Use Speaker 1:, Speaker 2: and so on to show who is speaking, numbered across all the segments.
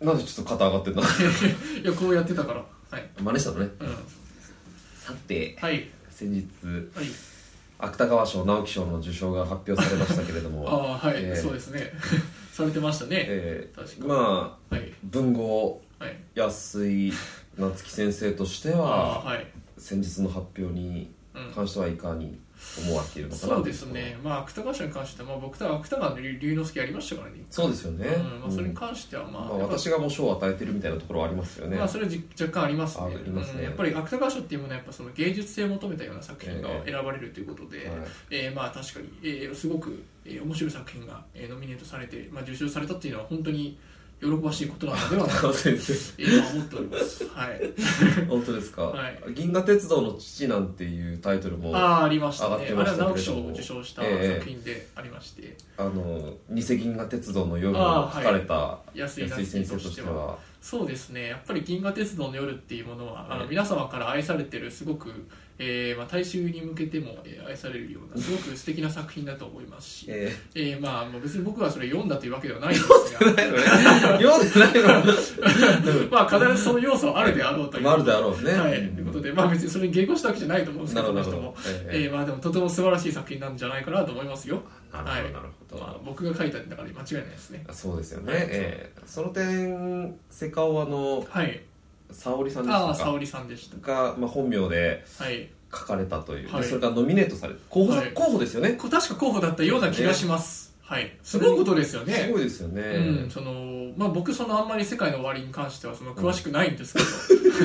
Speaker 1: なんでちょっと肩上がってんだ
Speaker 2: いやこうやってたからはい、
Speaker 1: 真似したのね
Speaker 2: うん、
Speaker 1: さて
Speaker 2: はい
Speaker 1: 先日
Speaker 2: はい
Speaker 1: 芥川賞直木賞の受賞が発表されましたけれども
Speaker 2: ああはい、
Speaker 1: えー
Speaker 2: そうですね されてましたね、
Speaker 1: えー
Speaker 2: 確か
Speaker 1: まあ
Speaker 2: はい
Speaker 1: 文豪
Speaker 2: はい
Speaker 1: 安井夏樹先生として
Speaker 2: あ
Speaker 1: は
Speaker 2: あはい
Speaker 1: 先日の発表に
Speaker 2: うん
Speaker 1: 関してはいかに思われているのかな
Speaker 2: そうですねまあ芥川賞に関しては、まあ、僕とは芥川の龍龍之介ありましたからね
Speaker 1: そうですよね、
Speaker 2: うんまあ、それ
Speaker 1: う
Speaker 2: に
Speaker 1: ん
Speaker 2: 関してはま
Speaker 1: ま
Speaker 2: あ、
Speaker 1: あ
Speaker 2: やっぱ
Speaker 1: 私がもう賞を与えてるみたいなところはありますよね、
Speaker 2: まあそれはじ若干ありますね
Speaker 1: ありますね
Speaker 2: うんやっぱり芥川賞っていうものはやっぱその芸術性を求めたような作品が
Speaker 1: ええ
Speaker 2: 選ばれるということで、
Speaker 1: はい
Speaker 2: えーまあ確かに、えーすごく、えー面白い作品が、えーノミネートされて、まあ、受賞されたっていうのは本当に喜ばしいことなのではない
Speaker 1: 芥
Speaker 2: かと
Speaker 1: 川先生
Speaker 2: えー思っております はい
Speaker 1: 本当ですか、
Speaker 2: はい
Speaker 1: 銀河鉄道の父」なんていうタイトルもあ
Speaker 2: ああありました
Speaker 1: 上
Speaker 2: ねあ
Speaker 1: が
Speaker 2: れ
Speaker 1: ってま
Speaker 2: は
Speaker 1: したけれども
Speaker 2: 直木賞を受賞した
Speaker 1: ええ
Speaker 2: 作品でありまして、
Speaker 1: の偽銀河鉄道の夜
Speaker 2: あ
Speaker 1: を
Speaker 2: ー
Speaker 1: 書かれた
Speaker 2: 安井
Speaker 1: 安井
Speaker 2: 夏樹
Speaker 1: 先生
Speaker 2: と
Speaker 1: と
Speaker 2: し
Speaker 1: してて
Speaker 2: は
Speaker 1: は
Speaker 2: そうですねやっぱり「銀河鉄道の夜」っていうものは、あ
Speaker 1: え
Speaker 2: の
Speaker 1: え
Speaker 2: 皆様から愛されてるすごく、えーまあ、大衆に向けても、えー愛されるよ うなすごく素敵な作品だと思いますし、え
Speaker 1: え
Speaker 2: ーまあ、まあ別に僕はそれ読んだというわけではないんです が
Speaker 1: え読んでないの
Speaker 2: まあ必ずその要素はあるであろうという、
Speaker 1: まああるであろうね
Speaker 2: はい、
Speaker 1: うん
Speaker 2: ということで、まあ、別にそれに迎合したわけじゃないと思うんですけ
Speaker 1: なる
Speaker 2: ど
Speaker 1: ほ
Speaker 2: そ
Speaker 1: ど
Speaker 2: の
Speaker 1: なる
Speaker 2: 人
Speaker 1: ほ
Speaker 2: も
Speaker 1: ど、、
Speaker 2: え
Speaker 1: え
Speaker 2: ーまあ、でもとても素晴らしい作品なんじゃないかなと思いますよ、
Speaker 1: えなるほどなるほど、
Speaker 2: まあ、僕が書いたんだから間違いないですね
Speaker 1: そうですよね、
Speaker 2: はい
Speaker 1: ええその点セカオワの
Speaker 2: はい
Speaker 1: 沙織さんで
Speaker 2: ああ
Speaker 1: した
Speaker 2: 沙
Speaker 1: か
Speaker 2: 織さんでした
Speaker 1: が、まあ、本名で
Speaker 2: はい
Speaker 1: 書かれたという、で
Speaker 2: はい
Speaker 1: それがノミネートされ候補,、
Speaker 2: はい
Speaker 1: 候補ですよね
Speaker 2: こ確か候補だったような気がします、はいすごいことですよ
Speaker 1: す
Speaker 2: ね
Speaker 1: ごいですよね、
Speaker 2: うん、そのまあ、僕そのあんまり「世界の終わり」に関してはその詳しくないんですけど、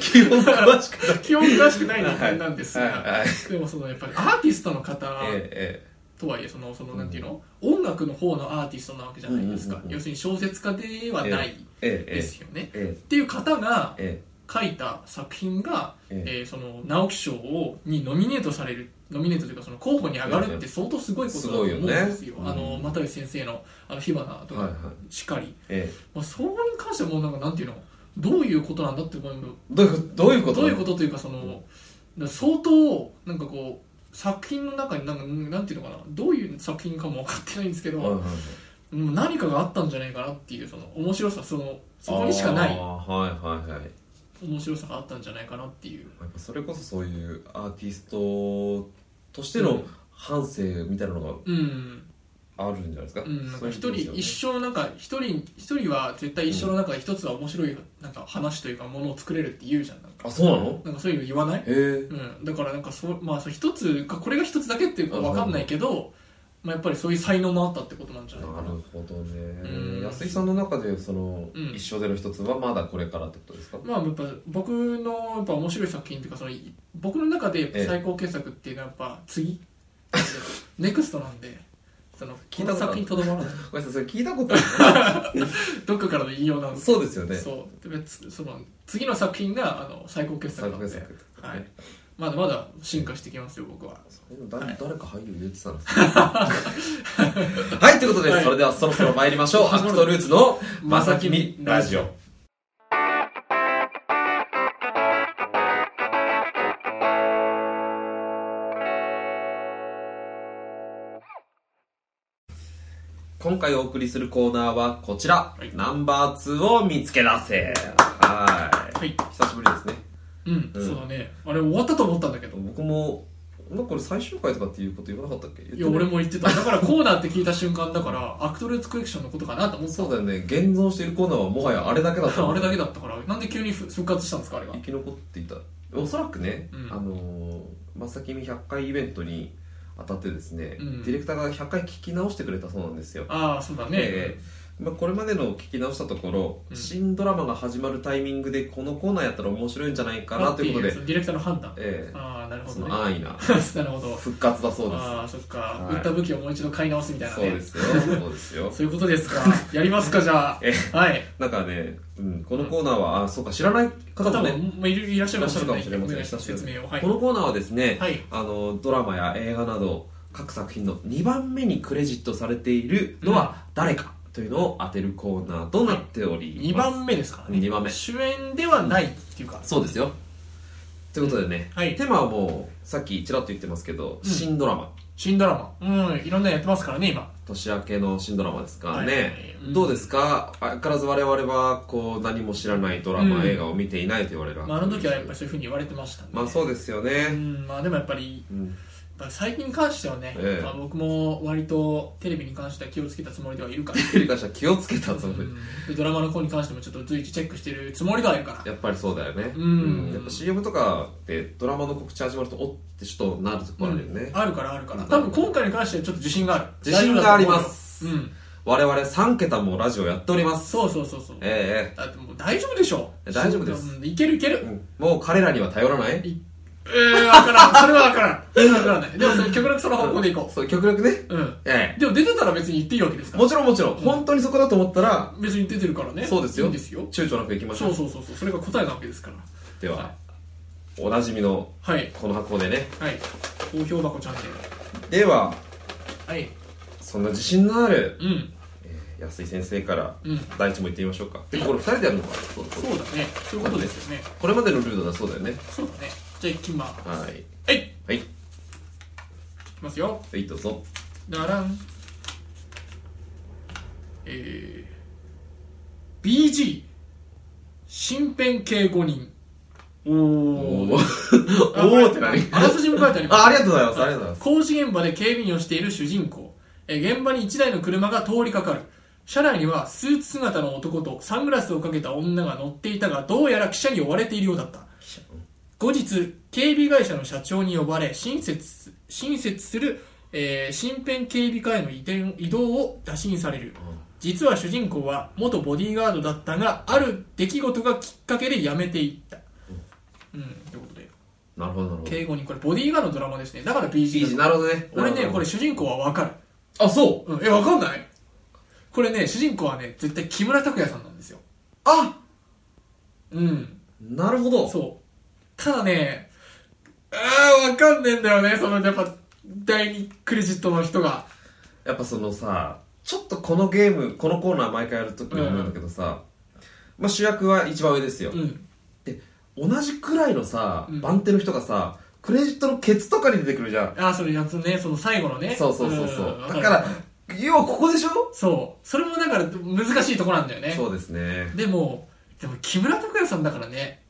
Speaker 1: 基本詳しく
Speaker 2: 基本詳しく ない人間なんですが、
Speaker 1: はいはいはい
Speaker 2: でもそのやっぱりアーティストの方
Speaker 1: え
Speaker 2: とはいえそのそのなんていうの、音楽の方のアーティストなわけじゃないですか、
Speaker 1: うんうんうんうん
Speaker 2: 要するに小説家ではない
Speaker 1: ええええ
Speaker 2: ですよね、
Speaker 1: え
Speaker 2: っていう方が
Speaker 1: ええ
Speaker 2: 書いた作品が、
Speaker 1: ええ
Speaker 2: えーその直木賞をにノミネートされるノミネートというかその候補に上がるって相当すごいことだと思うんです
Speaker 1: す
Speaker 2: よ
Speaker 1: ごいよね
Speaker 2: あの
Speaker 1: うん
Speaker 2: 又吉先生のあの火花と
Speaker 1: はいは
Speaker 2: か
Speaker 1: い
Speaker 2: しっかり、
Speaker 1: ええ
Speaker 2: まあ、そこに関してはもうなんかなんていうのどういうことなんだって思う
Speaker 1: どういうことどういうこと
Speaker 2: どういうことというかその相当なんかこう作品の中になんかなんていうのかなどういう作品かも分かってないんですけど、
Speaker 1: はいはいはい
Speaker 2: もう何かがあったんじゃないかなっていうその面白さそのそこにしかな
Speaker 1: あ
Speaker 2: い
Speaker 1: ーはいはいはい
Speaker 2: 面白さがあったんじゃないかなっていう
Speaker 1: やっぱそれこそそういうアーティストとしての反省みたいなの
Speaker 2: うん
Speaker 1: があるんじゃないですか
Speaker 2: うん、なん
Speaker 1: そう
Speaker 2: か一
Speaker 1: いう
Speaker 2: 人
Speaker 1: ことで
Speaker 2: 一
Speaker 1: す
Speaker 2: 生なんか一人一人は絶対一生の中で一つは面白いなんか話というかものを作れるって言うじゃんなん
Speaker 1: よね
Speaker 2: か
Speaker 1: あそうなの
Speaker 2: なんかそういうの言わない、
Speaker 1: へえ
Speaker 2: うん、だからなんかそうまあそう一つかこれが一つだけっていうかわかんないけど、まあ、やっぱりそういう才能もあったってことなんじゃない
Speaker 1: な
Speaker 2: かな
Speaker 1: るほど
Speaker 2: うん
Speaker 1: ね安井さんの中でその
Speaker 2: うん
Speaker 1: 一生での一つはまだこれからってことですか
Speaker 2: まあやっぱ僕のやっぱ面白い作品っていうかその僕の中で
Speaker 1: ええ
Speaker 2: 最高傑作っていうのはやっぱ 次ネクストなんでその
Speaker 1: 聞
Speaker 2: こ
Speaker 1: い
Speaker 2: の
Speaker 1: たことあ
Speaker 2: 作
Speaker 1: る
Speaker 2: 品とどまらない
Speaker 1: ごめんなさいそれ聞いたこと
Speaker 2: どっかからの引用なんです
Speaker 1: そうですよね
Speaker 2: そうで別その次の作品があの最高傑作
Speaker 1: 三
Speaker 2: な
Speaker 1: ヶ
Speaker 2: んで
Speaker 1: 月作ってことね
Speaker 2: はい、まだまだ進化してきますよ僕は
Speaker 1: そういうのだ誰か俳優言ってたんですか はいということで、
Speaker 2: はい
Speaker 1: それではそろそろ参りましょうアクトルーツの「まさきみラジオ」今回お送りするコーナーはこちら、
Speaker 2: はい
Speaker 1: ナンバー2を見つけ出せはい
Speaker 2: はい
Speaker 1: 久しぶりですね
Speaker 2: うん、
Speaker 1: うん
Speaker 2: そうだねあれ終わったと思ったんだけど
Speaker 1: 僕もなんかこれ最終回とかっていうこと言わなかったっけ言っ
Speaker 2: い
Speaker 1: て
Speaker 2: や
Speaker 1: な
Speaker 2: 俺も言ってただからコーナーって聞いた瞬間だからアクトルーツコレクションのことかなと思って
Speaker 1: そうだよね現存しているコーナーはもはやあれだけだった
Speaker 2: た あれだけ
Speaker 1: だ
Speaker 2: だったからなんで急にふ復活したんですかあれが
Speaker 1: 生き残っていたおそらくね、
Speaker 2: うん
Speaker 1: あのーまさきみ100回イベントに当たってですね、
Speaker 2: うん
Speaker 1: ディレクターが100回聞き直してくれたそうなんですよ
Speaker 2: ああそうだね、
Speaker 1: ええまあ、これまでの聞き直したところ、
Speaker 2: うん
Speaker 1: 新ドラマが始まるタイミングでこのコーナーやったら面白いんじゃないかなということ
Speaker 2: あ
Speaker 1: で
Speaker 2: ってそ、のディレクターの判断、
Speaker 1: ええ
Speaker 2: ああなるほ
Speaker 1: そ
Speaker 2: どね
Speaker 1: の安易な
Speaker 2: なるほど
Speaker 1: 復活だそうです
Speaker 2: ああそっか、
Speaker 1: はい
Speaker 2: 売った武器をもう一度買い直すみたいな
Speaker 1: そう
Speaker 2: ね
Speaker 1: ですよそうですよ
Speaker 2: そういうことですかやりますかじゃあ
Speaker 1: え
Speaker 2: はい
Speaker 1: なんかね、うん、このコーナーは、あそうか知らない方
Speaker 2: 方
Speaker 1: も
Speaker 2: も
Speaker 1: ね
Speaker 2: もういるいらっしゃ
Speaker 1: い
Speaker 2: る
Speaker 1: ら
Speaker 2: か
Speaker 1: っ
Speaker 2: も
Speaker 1: しゃ
Speaker 2: し
Speaker 1: る
Speaker 2: れ
Speaker 1: か
Speaker 2: な
Speaker 1: も
Speaker 2: い
Speaker 1: しれません
Speaker 2: 説明をはい
Speaker 1: このコーナーはですね、
Speaker 2: はい
Speaker 1: あのドラマや映画など各作品の2番目にクレジットされているのは誰かというのを当てるコーナーとなっており
Speaker 2: 2
Speaker 1: ます、
Speaker 2: 番目ですからね
Speaker 1: 二番目
Speaker 2: 主演ではないっていうか
Speaker 1: そうですよということでね、
Speaker 2: はい
Speaker 1: テーマはもうさっきちらっと言ってますけど、
Speaker 2: うん
Speaker 1: 新ドラマ
Speaker 2: 新ドラマうんいろんなのやってますからね今
Speaker 1: 年明けの新ドラマですからね、
Speaker 2: はいはいうん
Speaker 1: どうですか相変わらず我々はこう何も知らないドラマ、
Speaker 2: うん
Speaker 1: 映画を見ていないと言われるわけ
Speaker 2: まあ、あの時はやっぱり
Speaker 1: り
Speaker 2: そういうふうに言われてましたね
Speaker 1: まあそうですよ
Speaker 2: う
Speaker 1: ね、
Speaker 2: んまあでもやっぱり
Speaker 1: うん
Speaker 2: やっぱ最近に関してはね、
Speaker 1: ええ
Speaker 2: まあ、僕も割とテレビに関しては気をつけたつもりではい るから、
Speaker 1: テレビからしたら気をつけたつ
Speaker 2: う
Speaker 1: もり、
Speaker 2: んでドラマの方に関してもちょっと随時チェックしてるつもりではいるから
Speaker 1: やっぱりそうだよね、
Speaker 2: うん
Speaker 1: やっぱ CM とかでドラマの告知始まるとおってちょっとなるところあるよね、
Speaker 2: うんあるからあるから多分今回に関してはちょっと自信がある
Speaker 1: 自信があります
Speaker 2: 大丈夫だと思うよ
Speaker 1: 我々3桁もラジオやっておりま
Speaker 2: うん
Speaker 1: す
Speaker 2: そうそうそうそう
Speaker 1: え
Speaker 2: だってもう大丈夫でしょ
Speaker 1: え大丈夫です
Speaker 2: うんいけるいけ
Speaker 1: えええ
Speaker 2: る
Speaker 1: うんもう彼らには頼らない
Speaker 2: いえー、わからんそれはわからんそれはわからないでもその極力その方向でいこ
Speaker 1: そう極力ね
Speaker 2: ううん
Speaker 1: え
Speaker 2: でも出てたら別に言っていいわけです
Speaker 1: え
Speaker 2: から
Speaker 1: もちろんもちろん、
Speaker 2: うん
Speaker 1: 本当にそこだと思ったら
Speaker 2: 別に出てるからね
Speaker 1: そうですよ
Speaker 2: いいんですよ
Speaker 1: 躊躇なくいきましょ
Speaker 2: そううそうそうそうそれが答えなわけですから
Speaker 1: では、
Speaker 2: は
Speaker 1: おなじみの
Speaker 2: はい
Speaker 1: この箱でね
Speaker 2: はい投票箱チャンネル
Speaker 1: では
Speaker 2: はい
Speaker 1: そんな自信のある、
Speaker 2: うん
Speaker 1: えー安井先生から
Speaker 2: うん
Speaker 1: 第一問いってみましょうかでこれ2人でやるのかそう
Speaker 2: そう
Speaker 1: そう
Speaker 2: だねそういうことですよね
Speaker 1: これまでのルールだそうだよね
Speaker 2: そうだねじゃあいきます
Speaker 1: はい
Speaker 2: はいい
Speaker 1: はい
Speaker 2: きますよ
Speaker 1: はいどうぞ
Speaker 2: だらんえー、BG 身辺計5人お
Speaker 1: おお
Speaker 2: お
Speaker 1: おーって何
Speaker 2: あらすじも書いてあります
Speaker 1: あありがとうございますありがとうございます
Speaker 2: 工事現場で警備員をしている主人公えー現場に1台の車が通りかかる車内にはスーツ姿の男とサングラスをかけた女が乗っていたがどうやら記者に追われているようだった後日警備会社の社長に呼ばれ親切す親切する、えー身辺警備課への移転移動を打診される実は主人公は元ボディーガードだったがある出来事がきっかけで辞めていったうんということで
Speaker 1: なるほどなるほど
Speaker 2: 敬語にこれボディーガードのドラマですねだから BG だ
Speaker 1: BG なるほどね
Speaker 2: 俺
Speaker 1: なる
Speaker 2: ね
Speaker 1: ほど
Speaker 2: これ主人公は分かる、
Speaker 1: あそう
Speaker 2: うん、え分かんないこれね主人公はね絶対木村拓哉さんなんですよ
Speaker 1: あ
Speaker 2: うん
Speaker 1: なるほど
Speaker 2: そうただねああ分かんねえんだよねそのやっぱ第2クレジットの人が
Speaker 1: やっぱそのさちょっとこのゲームこのコーナー毎回やるときに思うんだけどさ、まあ、主役は一番上ですよ
Speaker 2: う、ん
Speaker 1: 同じくらいのさ、
Speaker 2: うん
Speaker 1: 番手の人がさクレジットのケツとかに出てくるじゃん
Speaker 2: ああそのやつねその最後のね
Speaker 1: そうそうそうそうんだから要はここでしょ、
Speaker 2: そうそれもだから難しいとこなんだよね
Speaker 1: そうですね
Speaker 2: でもでも木村拓哉さんだからね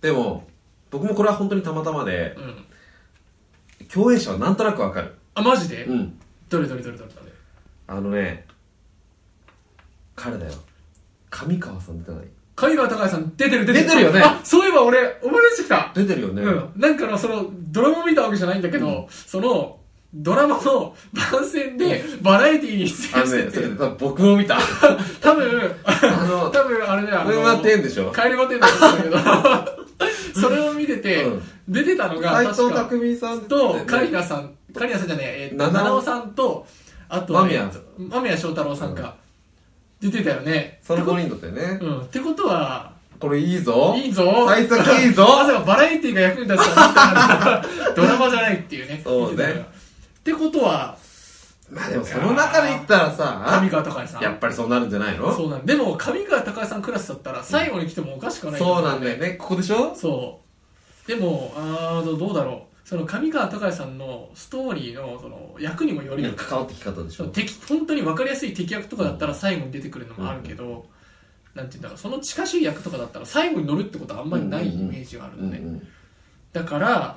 Speaker 1: でも僕もこれは本当にたまたまで
Speaker 2: うん
Speaker 1: 共演者はなんとなくわかる
Speaker 2: あマジで、
Speaker 1: うん
Speaker 2: どれどれどれどれどれ
Speaker 1: あのね彼だよ上川さん出てない
Speaker 2: 上川隆也さん出てる出てる
Speaker 1: 出てるよね
Speaker 2: あそういえば俺思い出してきた
Speaker 1: 出てるよね、
Speaker 2: うん、なんかのそのドラマ見たわけじゃないんだけど、そのドラマの 番宣でバラエティーに出
Speaker 1: あ
Speaker 2: 演
Speaker 1: のね
Speaker 2: し
Speaker 1: そ
Speaker 2: て
Speaker 1: れ多
Speaker 2: て、
Speaker 1: 分僕も見た
Speaker 2: 多分
Speaker 1: あの
Speaker 2: 多分あれだよ あ
Speaker 1: これは
Speaker 2: の
Speaker 1: 点でしょ
Speaker 2: 帰り待てんだったんだ けどそれを見てて、
Speaker 1: うん
Speaker 2: 出てたのが
Speaker 1: 斎藤
Speaker 2: 確か
Speaker 1: 匠さん
Speaker 2: と
Speaker 1: カ
Speaker 2: カ
Speaker 1: リ
Speaker 2: リナさんカリナさんじゃねええーと
Speaker 1: 七尾
Speaker 2: 七尾さんとあと
Speaker 1: 間宮
Speaker 2: えーと間宮祥太朗さんか、出てたよね
Speaker 1: その5人だったよね
Speaker 2: うん、ってことは
Speaker 1: これいいぞ
Speaker 2: いいぞ
Speaker 1: 幸先 いいぞ
Speaker 2: まさかバラエティが役に立つと思ったらドラマじゃないっていうね
Speaker 1: そうね
Speaker 2: 見てたからってことは
Speaker 1: まあでもその中で言ったらさ
Speaker 2: 上川隆也さん
Speaker 1: やっぱりそうなるんじゃないの
Speaker 2: そうなんでも上川隆也さんクラスだったら最後に来てもおかしくはない
Speaker 1: そうなんだよねここでしょ
Speaker 2: そうでもあーどどうだろうその上川隆也さんのストーリーのその役にもより
Speaker 1: 今
Speaker 2: る
Speaker 1: 関わってき方でし
Speaker 2: そ
Speaker 1: ょ
Speaker 2: の敵本当に分かりやすい敵役とかだったら最後に出てくるのもあるけど、なんていうんだろうその近しい役とかだったら最後に乗るってことはあんまりないイメージがあるのね、だから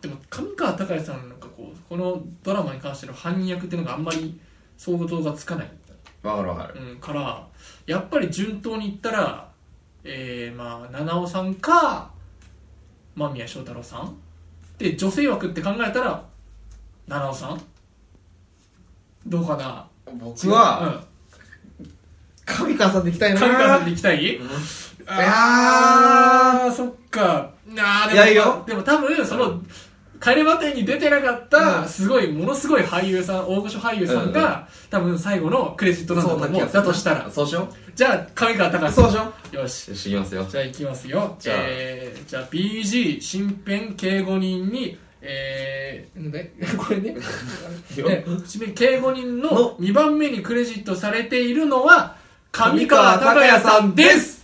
Speaker 2: でも上川隆也さんなんかこうこのドラマに関しての犯人役っていうのがあんまり想像がつかない、
Speaker 1: わかるわかる
Speaker 2: うん、からやっぱり順当にいったらえー、まあ七尾さんか間宮祥太朗さんで女性枠って考えたら七尾さんどうかな
Speaker 1: 僕は、
Speaker 2: うん
Speaker 1: 上川さんでいきたいな
Speaker 2: 上川さんで行きたい、あーそっかあーでも
Speaker 1: いやいいよ
Speaker 2: でも多分その「帰れま10」に出てなかったすごいものすごい俳優さん大御所俳優さんが多分最後のクレジットなんだ
Speaker 1: そ
Speaker 2: と
Speaker 1: んな気
Speaker 2: 思
Speaker 1: が
Speaker 2: う
Speaker 1: する
Speaker 2: だとしたら
Speaker 1: そうしよ
Speaker 2: じゃあ上川
Speaker 1: う
Speaker 2: 隆
Speaker 1: そ
Speaker 2: さ
Speaker 1: うしよ
Speaker 2: んよし
Speaker 1: うしますよ
Speaker 2: じゃあいきますよ
Speaker 1: じゃあ
Speaker 2: えーじゃあ BG 身辺警護人にえー、なんだい これねね警護人の
Speaker 1: の
Speaker 2: 2番目にクレジットされているのは上川隆也さんです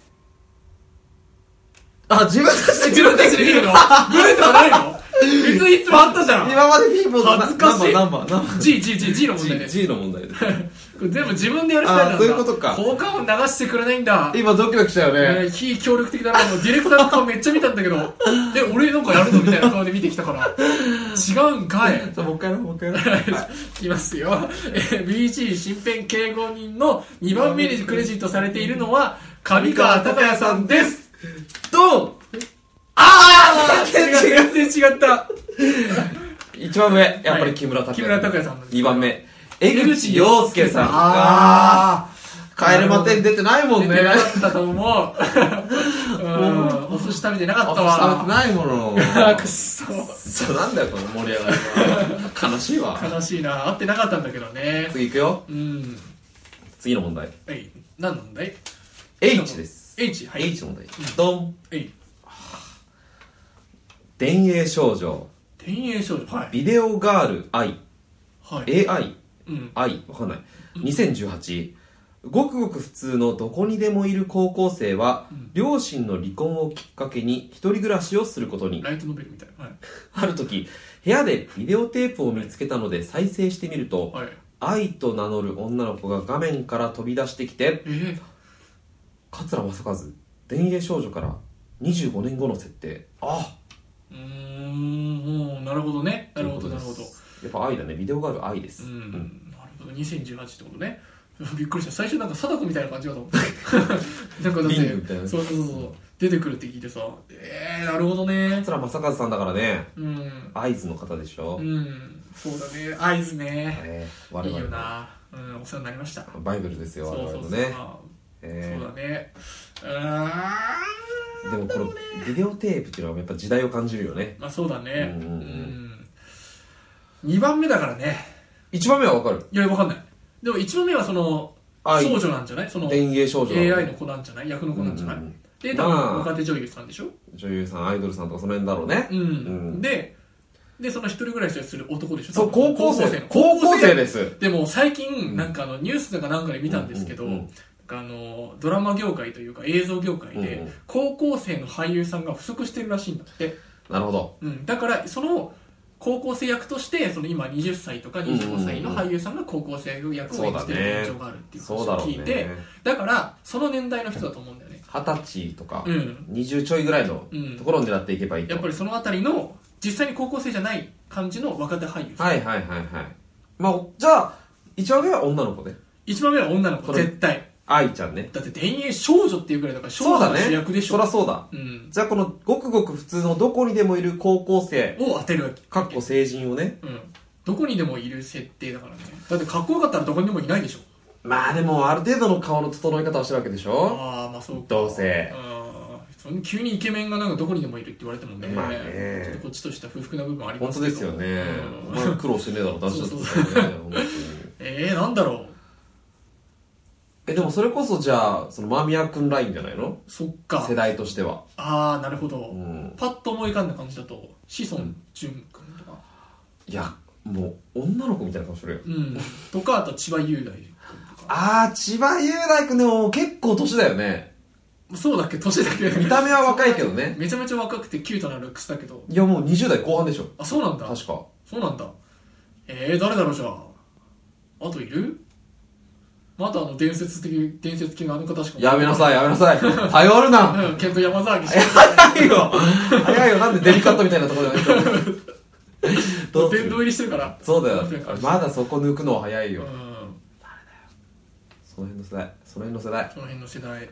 Speaker 1: あ自分たちで
Speaker 2: 自分たちで見るのブレてはないの別にいつもあったじゃん
Speaker 1: 今までピーポーズ
Speaker 2: 恥ずかしい
Speaker 1: 何番何番
Speaker 2: G、G、G、G の問題です
Speaker 1: G の問題です
Speaker 2: これ全部自分でやるスタイルなんだ
Speaker 1: あーそういうことか
Speaker 2: 効果音流してくれないんだ
Speaker 1: 今ドキドキしたよ
Speaker 2: え
Speaker 1: ね
Speaker 2: ー非協力的だなもうディレクターの顔めっちゃ見たんだけど で俺なんかやるのみたいな顔で見てきたから違うんかい
Speaker 1: さあもう一回やろうもう一回やろうはい
Speaker 2: いきますよ、えー、BG 身辺警護人の2番目にクレジットされているのは上川隆也さんです
Speaker 1: ドン
Speaker 2: ああ
Speaker 1: 全然
Speaker 2: 違う全然違った
Speaker 1: 一番上やっぱり木村拓哉
Speaker 2: 木村拓哉さん
Speaker 1: 二番目江口洋介さんあ
Speaker 2: あ
Speaker 1: ーカエルマテン出てないも
Speaker 2: あ
Speaker 1: んね
Speaker 2: 出てなかったと思う うんお寿司食べてなかった
Speaker 1: あ食べ
Speaker 2: わ
Speaker 1: てないもの
Speaker 2: あ くっそ
Speaker 1: そうなんだよこの盛り上がりは悲しいわ
Speaker 2: 悲しいな会ってなかったんだけどね
Speaker 1: 次いくよ
Speaker 2: うん
Speaker 1: 次の問題
Speaker 2: えい何なんだい
Speaker 1: H です
Speaker 2: H はい
Speaker 1: H の問題ドン
Speaker 2: えい
Speaker 1: 田園少女
Speaker 2: 天影少女はい
Speaker 1: ビデオガール
Speaker 2: はい
Speaker 1: IAI
Speaker 2: うん
Speaker 1: 愛わかんない2018ごくごく普通のどこにでもいる高校生は、両親の離婚をきっかけに一人暮らしをすることに
Speaker 2: ライトノベルみたいなはい
Speaker 1: ある時部屋でビデオテープを見つけたので再生してみると、
Speaker 2: はい
Speaker 1: 愛と名乗る女の子が画面から飛び出してきて
Speaker 2: えー
Speaker 1: 桂正和田園少女から25年後の設定あ
Speaker 2: うーんもうなるほどねなるほどなるほど
Speaker 1: やっぱ愛だねビデオガール愛です、
Speaker 2: う
Speaker 1: うん
Speaker 2: んなるほど2018ってことねびっくりした最初なんか貞子みたいな感じかと思った なんかだっ
Speaker 1: リングみたい
Speaker 2: て
Speaker 1: な
Speaker 2: そうそうそう出てくるって聞いてさえー、なるほどね
Speaker 1: 桂正和さんだからね
Speaker 2: うん
Speaker 1: 会津の方でしょ、
Speaker 2: うんそうだね合図ね
Speaker 1: えー
Speaker 2: い
Speaker 1: 我
Speaker 2: い
Speaker 1: 々
Speaker 2: よ
Speaker 1: の
Speaker 2: なうんお世話になりました
Speaker 1: バイブルですよ
Speaker 2: そ
Speaker 1: 我
Speaker 2: う
Speaker 1: 々
Speaker 2: そうそ
Speaker 1: の
Speaker 2: う、
Speaker 1: ね
Speaker 2: まあ
Speaker 1: え
Speaker 2: そうだね
Speaker 1: ー
Speaker 2: うーん
Speaker 1: でもこのビデオテープっていうのはやっぱ時代を感じるよね
Speaker 2: まあそうだね
Speaker 1: うんうんうん
Speaker 2: うん2番目だからね
Speaker 1: 1番目はわかる
Speaker 2: いやわかんないでも1番目はその
Speaker 1: あい
Speaker 2: 少女なんじゃないその
Speaker 1: 田園少女
Speaker 2: AI の子なんじゃない役の子なんじゃない、
Speaker 1: うんうんうん
Speaker 2: で多
Speaker 1: まあ
Speaker 2: 分若手女優さんでしょ、
Speaker 1: 女優さんアイドルさんとかその辺だろうね
Speaker 2: うん、
Speaker 1: ん
Speaker 2: ででその一人暮らしをする男でしょ
Speaker 1: そう高校生
Speaker 2: 高
Speaker 1: 高
Speaker 2: 校
Speaker 1: 校
Speaker 2: 生
Speaker 1: 生
Speaker 2: で
Speaker 1: です
Speaker 2: も最近なんかあのニュースとかなんかで見たんですけど、
Speaker 1: うんうんうん
Speaker 2: なんかあのドラマ業界というか映像業界
Speaker 1: う
Speaker 2: で
Speaker 1: んうん
Speaker 2: 高校生の俳優さんが不足してるらしいんだって、
Speaker 1: なるほど
Speaker 2: うん、だからその高校生役としてその今20歳とか25歳の俳優さんが高校生役を演じてる現状があるっていう話
Speaker 1: そう
Speaker 2: を
Speaker 1: だろう
Speaker 2: 聞いてだ,、
Speaker 1: ね
Speaker 2: からその年代の人だと思うんだよね
Speaker 1: 二十歳とか
Speaker 2: うん
Speaker 1: 20ちょいぐらいの
Speaker 2: うん
Speaker 1: ところを狙っていけばいいと
Speaker 2: やっぱりその辺りの実際に高校生じゃない感じの若手俳優さん、
Speaker 1: はいはいはいはいまあじゃあ1番目は女の子ね
Speaker 2: 一番目は女の子
Speaker 1: これ
Speaker 2: 絶対
Speaker 1: 愛ちゃんね
Speaker 2: だって田園少女っていうぐらいだから少
Speaker 1: そう
Speaker 2: 女
Speaker 1: だ
Speaker 2: が主役
Speaker 1: ね
Speaker 2: でし
Speaker 1: そ
Speaker 2: ょ
Speaker 1: らそうだ
Speaker 2: うん、
Speaker 1: じゃあこのごくごく普通のどこにでもいる高校生
Speaker 2: を当てるわけ
Speaker 1: かっこ成人をね
Speaker 2: うん、どこにでもいる設定だからねだってかっこよかったらどこにでもいないでしょ
Speaker 1: まあでもある程度の顔の整え方をしてるわけでしょ
Speaker 2: ああまあそうか
Speaker 1: どうせ
Speaker 2: あーそん急にイケメンがなんかどこにでもいるって言われてもね,、
Speaker 1: まあね
Speaker 2: ちょっとこっちとしては不服な部分ありま
Speaker 1: 本当
Speaker 2: す
Speaker 1: で
Speaker 2: けど
Speaker 1: すよね
Speaker 2: う、ん
Speaker 1: まあ、苦労してねえだろ男子だと
Speaker 2: そう
Speaker 1: ね本当に
Speaker 2: えー、なんだろう
Speaker 1: えでもそれこそじゃあその間宮君ラインじゃないの
Speaker 2: そっか
Speaker 1: 世代としては
Speaker 2: ああなるほど、
Speaker 1: うん
Speaker 2: パッと思い浮かんだ感じだと志尊淳君とか
Speaker 1: いやもう女の子みたいな顔してるよ
Speaker 2: うんとかあと千葉雄大君とか
Speaker 1: あー千葉雄大君でも結構年だよね
Speaker 2: そうだっけ年だっけ
Speaker 1: 見た目は若いけどね
Speaker 2: めちゃめちゃ若くてキュートなルックスだけど
Speaker 1: いやもう20代後半でしょ
Speaker 2: あそうなんだ
Speaker 1: 確か
Speaker 2: そうなんだえー、誰だろうじゃああといるまたあの伝説的伝説系のあの方しか
Speaker 1: やめなさ
Speaker 2: い
Speaker 1: いやめなさい頼るな
Speaker 2: うん、ケント山崎氏
Speaker 1: 早いよ早いよなんでデリカットみたいなところじゃないどうす
Speaker 2: 殿堂
Speaker 1: る
Speaker 2: 入りしてるから
Speaker 1: そうだよまだそこ抜くのは早いうよ
Speaker 2: ん
Speaker 1: その辺の世代その辺の世代
Speaker 2: その辺の世代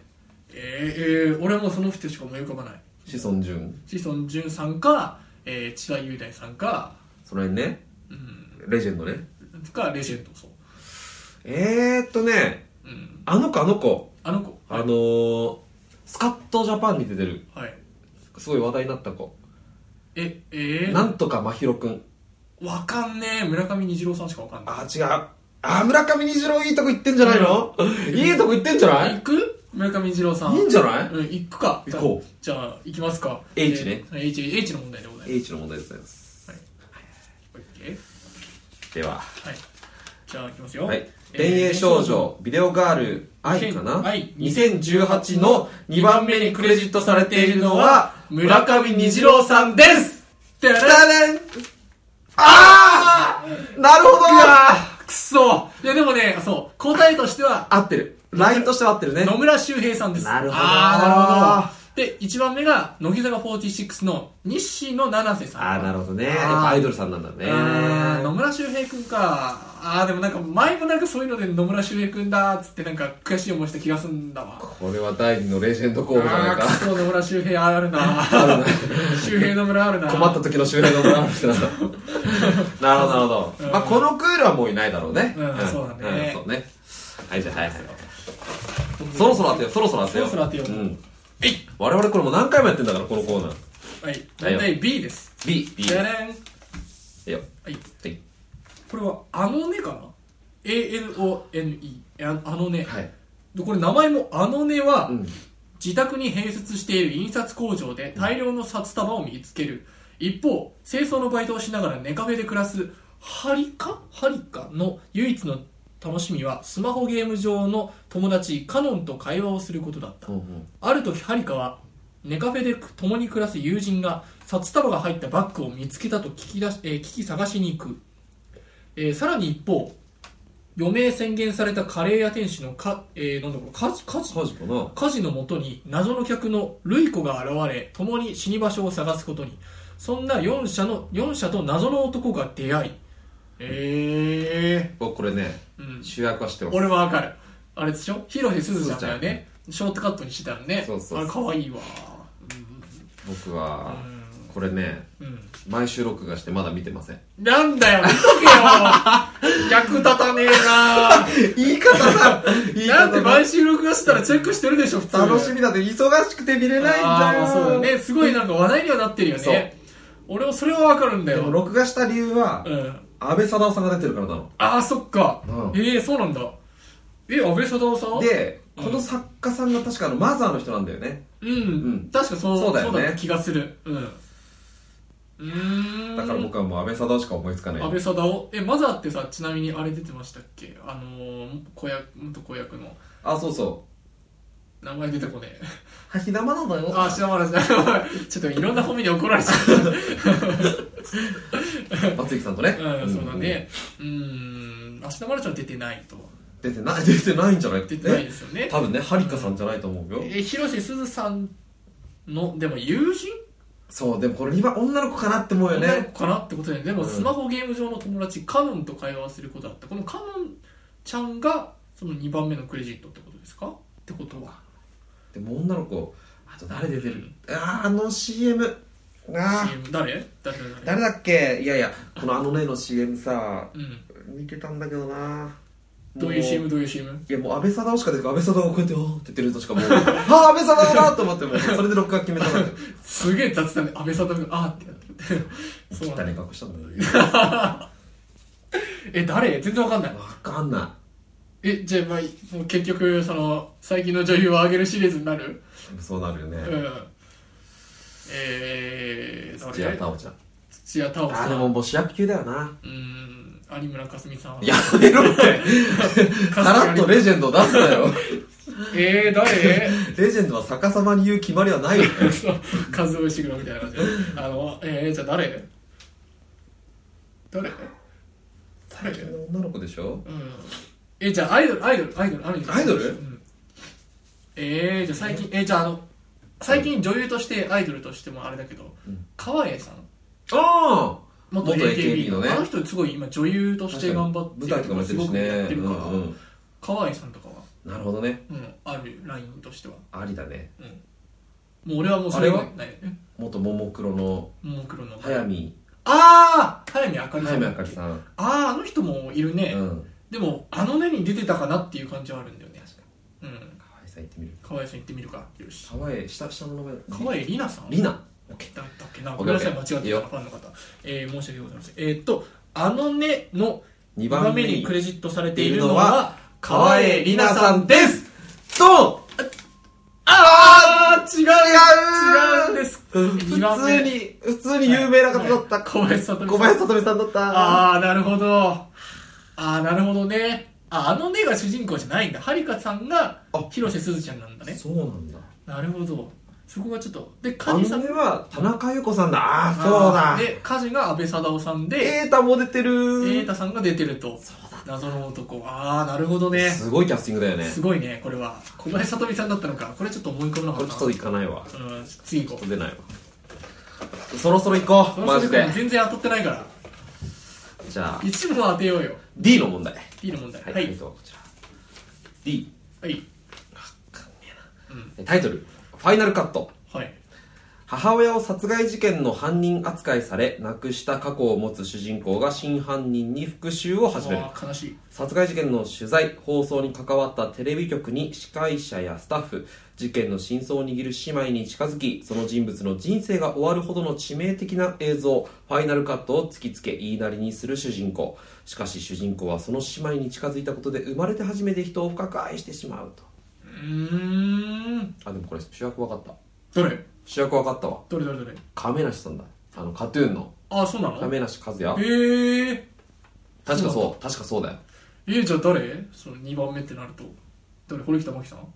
Speaker 2: えー、えー、俺はもうその人しか思い浮かばない
Speaker 1: 志尊淳
Speaker 2: 志尊淳さんか、えー、千葉雄大さんか
Speaker 1: その辺ね
Speaker 2: うん
Speaker 1: レジェンドね
Speaker 2: かレジェンドそう
Speaker 1: えー、っとね
Speaker 2: うん
Speaker 1: あの子あの子
Speaker 2: あの子
Speaker 1: あのー、スカットジャパンに出てる
Speaker 2: はい
Speaker 1: すごい話題になった子
Speaker 2: ええー、
Speaker 1: なんとかまひろくん
Speaker 2: わかんねえ村上虹郎さんしかわかんない
Speaker 1: あー違うあー村上虹郎いいとこ行ってんじゃない のいいとこ行ってんじゃな
Speaker 2: 行
Speaker 1: い
Speaker 2: く村上虹郎さん
Speaker 1: いいんじゃない
Speaker 2: うん、行くか
Speaker 1: 行こ
Speaker 2: うじゃあ行きますか
Speaker 1: H ね
Speaker 2: えー H, H の問題でございます
Speaker 1: H の問題でございます
Speaker 2: オッケー
Speaker 1: では
Speaker 2: はいじゃあ行きますよ
Speaker 1: はい
Speaker 2: えー
Speaker 1: 田園少女ビデオガール愛かな
Speaker 2: 愛
Speaker 1: 2018の2番目にクレジットされているのは村上虹郎さんです
Speaker 2: てやれ
Speaker 1: だねああなるほど
Speaker 2: くそいやでもね、そう、答えとしては、
Speaker 1: 合ってる。ラインとしては合ってるね。
Speaker 2: 野村周平さんです。
Speaker 1: なるほど
Speaker 2: あーなるほど。で、1番目が、乃木坂46の西野七瀬さん。
Speaker 1: ああ、なるほどね。やっ
Speaker 2: あー
Speaker 1: ぱアイドルさんなんだね。
Speaker 2: あー野村周平くんか。あーでもなんか前もなんかそういうので野村周平くんだっつってなんか悔しい思いした気がすんだわ。
Speaker 1: これは第二のレジェンド
Speaker 2: あ
Speaker 1: 候補じゃない
Speaker 2: ー
Speaker 1: か
Speaker 2: く。そ野村周平あ るな。周平野村あるな。
Speaker 1: 困った時の周辺のブラウン ってななるほど、なるほ
Speaker 2: うん
Speaker 1: ど。まあ、このクールはもういないだろうね。
Speaker 2: うんそうだね
Speaker 1: うんそうね。はい、じゃあ、はい、はい。そろそろ当てよう、そろそろ当てよう。
Speaker 2: そろそろ当てよう
Speaker 1: うん。
Speaker 2: えい
Speaker 1: 我々これもう何回もやってんだから、このコーナー。
Speaker 2: はい。問題 B です。
Speaker 1: B、B。
Speaker 2: じゃれん。
Speaker 1: いいよ。
Speaker 2: はい。
Speaker 1: はい。
Speaker 2: これは、あのねかな ?A-L-O-N-E。ああのね。
Speaker 1: はい。
Speaker 2: でこれ名前もあのねは、
Speaker 1: うん。
Speaker 2: 自宅に併設している印刷工場で大量の札束を見つける一方清掃のバイトをしながらネカフェで暮らすハリカハリカの唯一の楽しみはスマホゲーム上の友達カノンと会話をすることだった
Speaker 1: うんうん
Speaker 2: ある時ハリカはネカフェで共に暮らす友人が札束が入ったバッグを見つけたと聞き出し、えー聞き探しに行く、えーさらに一方余命宣言されたカレー屋店主のか、えーなんだろうカジカジ
Speaker 1: 家事かな
Speaker 2: 火事のもとに謎の客のルイコが現れ共に死に場所を探すことにそんな4社の4社と謎の男が出会いえ
Speaker 1: 僕これね、
Speaker 2: えうん、
Speaker 1: 主役は知ってます。
Speaker 2: 俺はわかるあれでしょ広瀬すずちゃんだよねショートカットにしてたのね
Speaker 1: そうそうそう
Speaker 2: あれかわいいわ
Speaker 1: 僕は、
Speaker 2: う
Speaker 1: これね、
Speaker 2: ん、うん
Speaker 1: 毎週録画してまだ見てません。
Speaker 2: なんだよ見と けよ役立たねえな
Speaker 1: 言い方だ 言
Speaker 2: なんで毎週録画したらチェックしてるでしょ普通
Speaker 1: 楽しみだって、忙しくて見れないん
Speaker 2: あ
Speaker 1: だ
Speaker 2: ー
Speaker 1: よ。
Speaker 2: まあそうだねすごいなんか話題にはなってるよ
Speaker 1: そう
Speaker 2: ね俺もそれはわかるんだ
Speaker 1: で
Speaker 2: よ
Speaker 1: も録画した理由は、
Speaker 2: うん
Speaker 1: 安倍貞夫さんが出てるからなの
Speaker 2: ああそっか、
Speaker 1: うん
Speaker 2: ええそうなんだえ安倍貞夫さん
Speaker 1: で
Speaker 2: うん
Speaker 1: この作家さんが確かあのマザーの人なんだよね
Speaker 2: うん、
Speaker 1: ん
Speaker 2: 確かそう
Speaker 1: そうだよね
Speaker 2: だった気がするうんうーん
Speaker 1: だから僕はもう安倍貞夫しか思いつかない
Speaker 2: 安倍貞夫えマザーってさちなみにあれ出てましたっけあのー、子役元子役の
Speaker 1: あそうそう
Speaker 2: 名前出てこねえ
Speaker 1: はひだまなの よ
Speaker 2: ああ島原さんちょっといろんな褒めに怒られちゃう
Speaker 1: 松井さんとね
Speaker 2: うんそうだねうーん芦田愛菜ちゃん出てないと
Speaker 1: 出てない出てないんじゃない
Speaker 2: 出てないですよね
Speaker 1: え多分ねはりかさんじゃないと思うよ
Speaker 2: え広瀬すずさんのでも友人
Speaker 1: そうでもこれ今女の子かなって思うよ
Speaker 2: 女の
Speaker 1: ね
Speaker 2: 子かなってことででも
Speaker 1: うん
Speaker 2: スマホゲーム上の友達、カノンと会話をすることだったこのカノンちゃんがその2番目のクレジットってことですかってことは
Speaker 1: でも女の子あと誰出てるあーあの CM あー
Speaker 2: CM 誰誰誰誰
Speaker 1: 誰だっけいやいやこのあのねの CM さ
Speaker 2: うん
Speaker 1: 見てたんだけどな
Speaker 2: どういう
Speaker 1: も
Speaker 2: CM どういう CM
Speaker 1: いやもう安倍貞夫しか出てこない安倍貞夫がこうやって「おー」って言ってる人しかも う「ああ安倍貞夫だ!」と思ってもうそれで録画決めたのです
Speaker 2: げえ雑だね安倍さんがあーってやって るそうなんだ
Speaker 1: 汚い格好したんだよ
Speaker 2: え誰全然わかんない
Speaker 1: わかんな
Speaker 2: えじゃあ、まあ、もう結局その最近の女優を上げるシリーズになる
Speaker 1: いそうなるよ
Speaker 2: う
Speaker 1: ね
Speaker 2: んえー、誰
Speaker 1: 土屋太鳳ちゃん
Speaker 2: 土屋太鳳
Speaker 1: あ
Speaker 2: さ
Speaker 1: ーで
Speaker 2: ん
Speaker 1: ももう主役級だよな
Speaker 2: うーん有村架純さん
Speaker 1: やめろってさらっとレジェンドを出すなよ
Speaker 2: えー、誰
Speaker 1: レジェンドは逆さまに言う決まりはないよね
Speaker 2: そう数を石黒みたいな感じであのえー、じゃあ誰誰
Speaker 1: 最近の女の子でしょ
Speaker 2: うんえじゃあアイドルアイドルアイドルアイドル
Speaker 1: アイドル
Speaker 2: うん、えー、じゃあ最近えじゃああの最近女優としてアイドルとしてもあれだけど、
Speaker 1: うん
Speaker 2: 川栄さん
Speaker 1: ああ
Speaker 2: 元 AKB の
Speaker 1: 元 AKB のね
Speaker 2: あの人すごい今女優として頑張って
Speaker 1: 舞台とかもやって
Speaker 2: す
Speaker 1: る
Speaker 2: ご
Speaker 1: し
Speaker 2: くや
Speaker 1: ね
Speaker 2: ってるから、
Speaker 1: うんうん
Speaker 2: 川栄さんとかは、
Speaker 1: なるほどね
Speaker 2: うん、あるラインとしては
Speaker 1: ありだね
Speaker 2: もう俺はもうそれ
Speaker 1: あ
Speaker 2: は
Speaker 1: れ
Speaker 2: ないよね
Speaker 1: 元ももクロの
Speaker 2: ももクロの
Speaker 1: 早見
Speaker 2: ああ早見あかりさ
Speaker 1: 早
Speaker 2: ん
Speaker 1: 見
Speaker 2: だ
Speaker 1: あ
Speaker 2: っけ
Speaker 1: かりさん
Speaker 2: あああの人もいるね、
Speaker 1: うん
Speaker 2: でもあのねに出てたかなっていう感じはあるんだよね
Speaker 1: 確か
Speaker 2: うん
Speaker 1: 河合さん行ってみる
Speaker 2: 河合さん行ってみるかよし
Speaker 1: 河合下下の名前
Speaker 2: 河合里奈さん
Speaker 1: リナオッケ
Speaker 2: だったっけな
Speaker 1: オッ
Speaker 2: ご
Speaker 1: ケ
Speaker 2: め
Speaker 1: ー
Speaker 2: ん
Speaker 1: オ
Speaker 2: な
Speaker 1: ッケ
Speaker 2: さ
Speaker 1: ー
Speaker 2: い間違って
Speaker 1: いい
Speaker 2: た
Speaker 1: よ
Speaker 2: ファンの方、えー、申し訳ございませんえーっと「あのね」の
Speaker 1: 二
Speaker 2: 2
Speaker 1: 番目
Speaker 2: 番目にクレジットされているのは
Speaker 1: 河
Speaker 2: 河
Speaker 1: 合
Speaker 2: 合
Speaker 1: 里
Speaker 2: 里
Speaker 1: 奈
Speaker 2: 奈
Speaker 1: さ
Speaker 2: さ
Speaker 1: ん
Speaker 2: ん
Speaker 1: で
Speaker 2: です
Speaker 1: と
Speaker 2: ああ違う
Speaker 1: 違う
Speaker 2: 違うんです
Speaker 1: 普
Speaker 2: 二番
Speaker 1: 通
Speaker 2: 目
Speaker 1: に普通に有名な方だった、
Speaker 2: はい小林聡美さん
Speaker 1: 小林聡美さんだった
Speaker 2: ああなるほどああなるほどねああのねが主人公じゃないんだはるかさんが
Speaker 1: あ
Speaker 2: 広瀬すずちゃんなんだね
Speaker 1: そうなんだ
Speaker 2: なるほどそこがちょっとで
Speaker 1: あ
Speaker 2: 梶さん
Speaker 1: れは田中裕子さんだああそうだ
Speaker 2: で梶が安倍貞夫さんで
Speaker 1: 瑛太も出てる
Speaker 2: 瑛太さんが出てると謎の男ああなるほどね
Speaker 1: すごいキャスティングだよね
Speaker 2: すごいねこれは小林さとみさんだったのかこれちょっと思い込めな
Speaker 1: こ
Speaker 2: かっ
Speaker 1: れちょ
Speaker 2: た
Speaker 1: っといかないわち
Speaker 2: なうん次行
Speaker 1: ょ
Speaker 2: こ
Speaker 1: っと出ないわそろそろ行こ
Speaker 2: う
Speaker 1: うマジで
Speaker 2: 全然当たってないから
Speaker 1: じゃあ
Speaker 2: 一部を当てようよ
Speaker 1: D の問題
Speaker 2: D の問題
Speaker 1: は、
Speaker 2: はいい
Speaker 1: えっとこちら D
Speaker 2: はい
Speaker 1: タイトル「ファイナルカット」
Speaker 2: はい
Speaker 1: 母親を殺害事件の犯人扱いされ亡くした過去を持つ主人公が真犯人に復讐を始める
Speaker 2: あー悲しい
Speaker 1: 殺害事件の取材放送に関わったテレビ局に司会者やスタッフ事件の真相を握る姉妹に近づきその人物の人生が終わるほどの致命的な映像ファイナルカットを突きつけ言いなりにする主人公しかし主人公はその姉妹に近づいたことで生まれて初めて人を深く愛してしまうと
Speaker 2: うーん
Speaker 1: あでもこれ主役わかった
Speaker 2: どれ
Speaker 1: 主役わかったわ
Speaker 2: どれどれどれ
Speaker 1: 亀梨さんだあのカトゥーンの
Speaker 2: ああそうなの
Speaker 1: 亀梨和也
Speaker 2: えー、
Speaker 1: 確か
Speaker 2: そう
Speaker 1: そう確かそうだよ
Speaker 2: えー、じゃあ誰その2番目ってなると誰堀北真希さん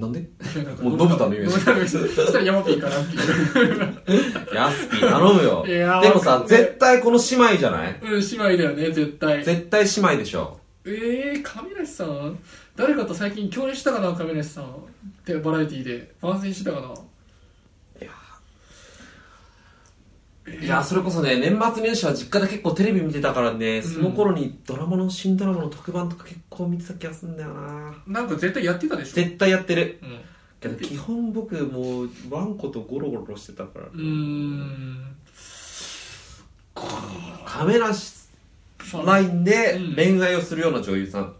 Speaker 1: なんで
Speaker 2: いやなんか
Speaker 1: もう信太のイメージ
Speaker 2: 信太のイメージそしたらヤマピーかなっていう
Speaker 1: ヤスピー頼むよ
Speaker 2: いやー
Speaker 1: でも
Speaker 2: わかん
Speaker 1: さ
Speaker 2: ない
Speaker 1: 絶対この姉妹じゃない
Speaker 2: うん、姉妹だよね、絶対。
Speaker 1: 絶対姉妹でしょ
Speaker 2: えー、亀梨さん誰かと最近共演したかな、亀梨さん。ってバラエティーで番宣してたかな。
Speaker 1: いやーそれこそね年末年始は実家で結構テレビ見てたからねその頃にドラマの新ドラマの特番とか結構見てた気がするんだよな
Speaker 2: なんか絶対やってたでしょ。
Speaker 1: 絶対やってる
Speaker 2: うん。う
Speaker 1: けど基本僕もうワンコとゴロゴロしてたから
Speaker 2: ーん。
Speaker 1: 亀梨
Speaker 2: さ
Speaker 1: ナインで
Speaker 2: うん
Speaker 1: 恋愛をするような女優さん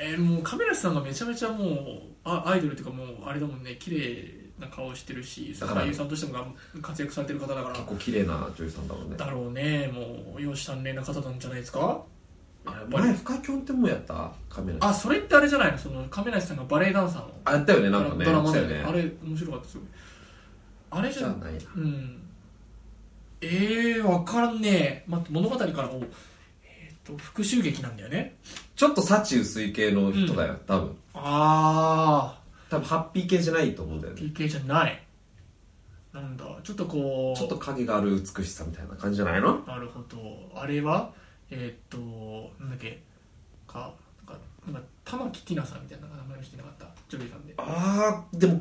Speaker 2: えー、もう亀梨さんがめちゃめちゃもう、あアイドルっていうかもう、あれだもんね、綺麗な顔してるし、
Speaker 1: だから
Speaker 2: 俳優さんとしてもが活躍されてる方だから
Speaker 1: 結。構綺麗な女優さんだもんね
Speaker 2: だろうね、もう、容姿鍛錬な方なんじゃないですか
Speaker 1: あれ前深井きょんってもうやった亀梨
Speaker 2: あ、それってあれじゃないのその、亀梨さんがバレエダンサーの。
Speaker 1: あやったよねなんかね
Speaker 2: ドラマだよ
Speaker 1: そう
Speaker 2: ね
Speaker 1: だ
Speaker 2: あれ面白かったですよあれじ
Speaker 1: じゃ
Speaker 2: ゃ
Speaker 1: あ
Speaker 2: ん
Speaker 1: ないな
Speaker 2: うんえー、分からんね待って物語からもうえっ、と復讐劇なんだよね
Speaker 1: ちょっと幸薄い系の人だよ、多分
Speaker 2: あ
Speaker 1: 多分ハッピー系じゃないと思うんだよ
Speaker 2: あ
Speaker 1: ね
Speaker 2: PK じゃないなんだちょっとこう
Speaker 1: ちょっと影がある美しさみたいな感じじゃないの
Speaker 2: なるほどあれはえっ、となんだっけかなんかなんか玉木ティナさんみたいな名前の人いなかった女優さんで
Speaker 1: ああでも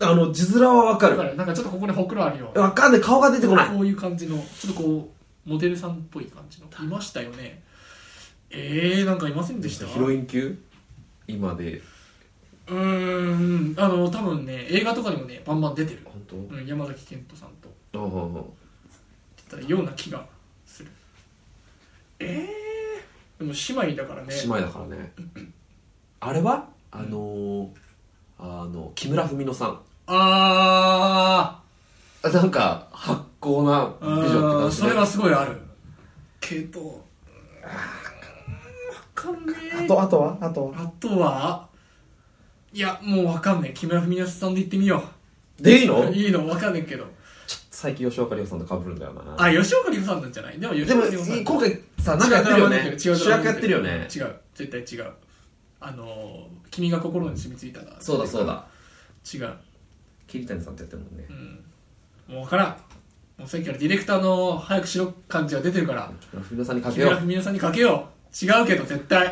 Speaker 1: あの字面はわか
Speaker 2: だ
Speaker 1: る
Speaker 2: からなんかちょっとここにほくろあるような
Speaker 1: わかんない顔が出てこない
Speaker 2: こういう感じのちょっとこうモデルさんっぽい感じのいましたよねえー、なんかいませんでした
Speaker 1: ヒロイン級今で
Speaker 2: うーんあの多分ね映画とかでもねバンバン出てる、
Speaker 1: 本当
Speaker 2: うん、山崎賢人さんと
Speaker 1: ああああ
Speaker 2: 出たような気がするえー、でも姉妹だからね
Speaker 1: 姉妹だからねあれはあのーあの木村文乃さん
Speaker 2: あ
Speaker 1: あなんか発光な
Speaker 2: ー
Speaker 1: 美女って感
Speaker 2: あー
Speaker 1: じ
Speaker 2: そ
Speaker 1: で
Speaker 2: れはすごいあるけどうーんわかんねえ
Speaker 1: あとあとはあとは
Speaker 2: あとはいやもうわかんねえ木村文乃さんで言ってみよう
Speaker 1: でいいの
Speaker 2: いいの分かんないけど
Speaker 1: 最近吉岡里帆さんと被るんだよな
Speaker 2: あ吉岡里帆さんなんじゃないでも吉
Speaker 1: でも
Speaker 2: 岡里帆さん
Speaker 1: 今回さなんかやってるよね
Speaker 2: 違う
Speaker 1: 主役やってるよね
Speaker 2: 違う絶対違うあのー「君が心に住み着いたら」
Speaker 1: そうだそうだ
Speaker 2: 違う、
Speaker 1: 桐谷さんとやってるもんね
Speaker 2: うん、もう分からんもうさっきからディレクターの早くしろ感じが出てるから
Speaker 1: 古田さんにか
Speaker 2: 木
Speaker 1: けよう
Speaker 2: 村文乃さんにかけよう違うけど絶対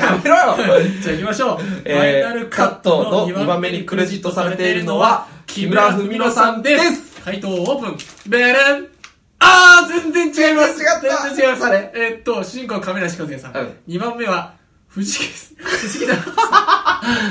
Speaker 1: やめろよ
Speaker 2: じゃあ行きましょう、
Speaker 1: えー
Speaker 2: ファイナル
Speaker 1: カットの二番目にクレジットされているのは木村文乃さんです
Speaker 2: 回答オープンベレンあー全然違います
Speaker 1: 全然違った
Speaker 2: 全然違います
Speaker 1: 誰
Speaker 2: えーっと主人公は亀梨和也さん、
Speaker 1: うん
Speaker 2: 二番目は藤木藤木だ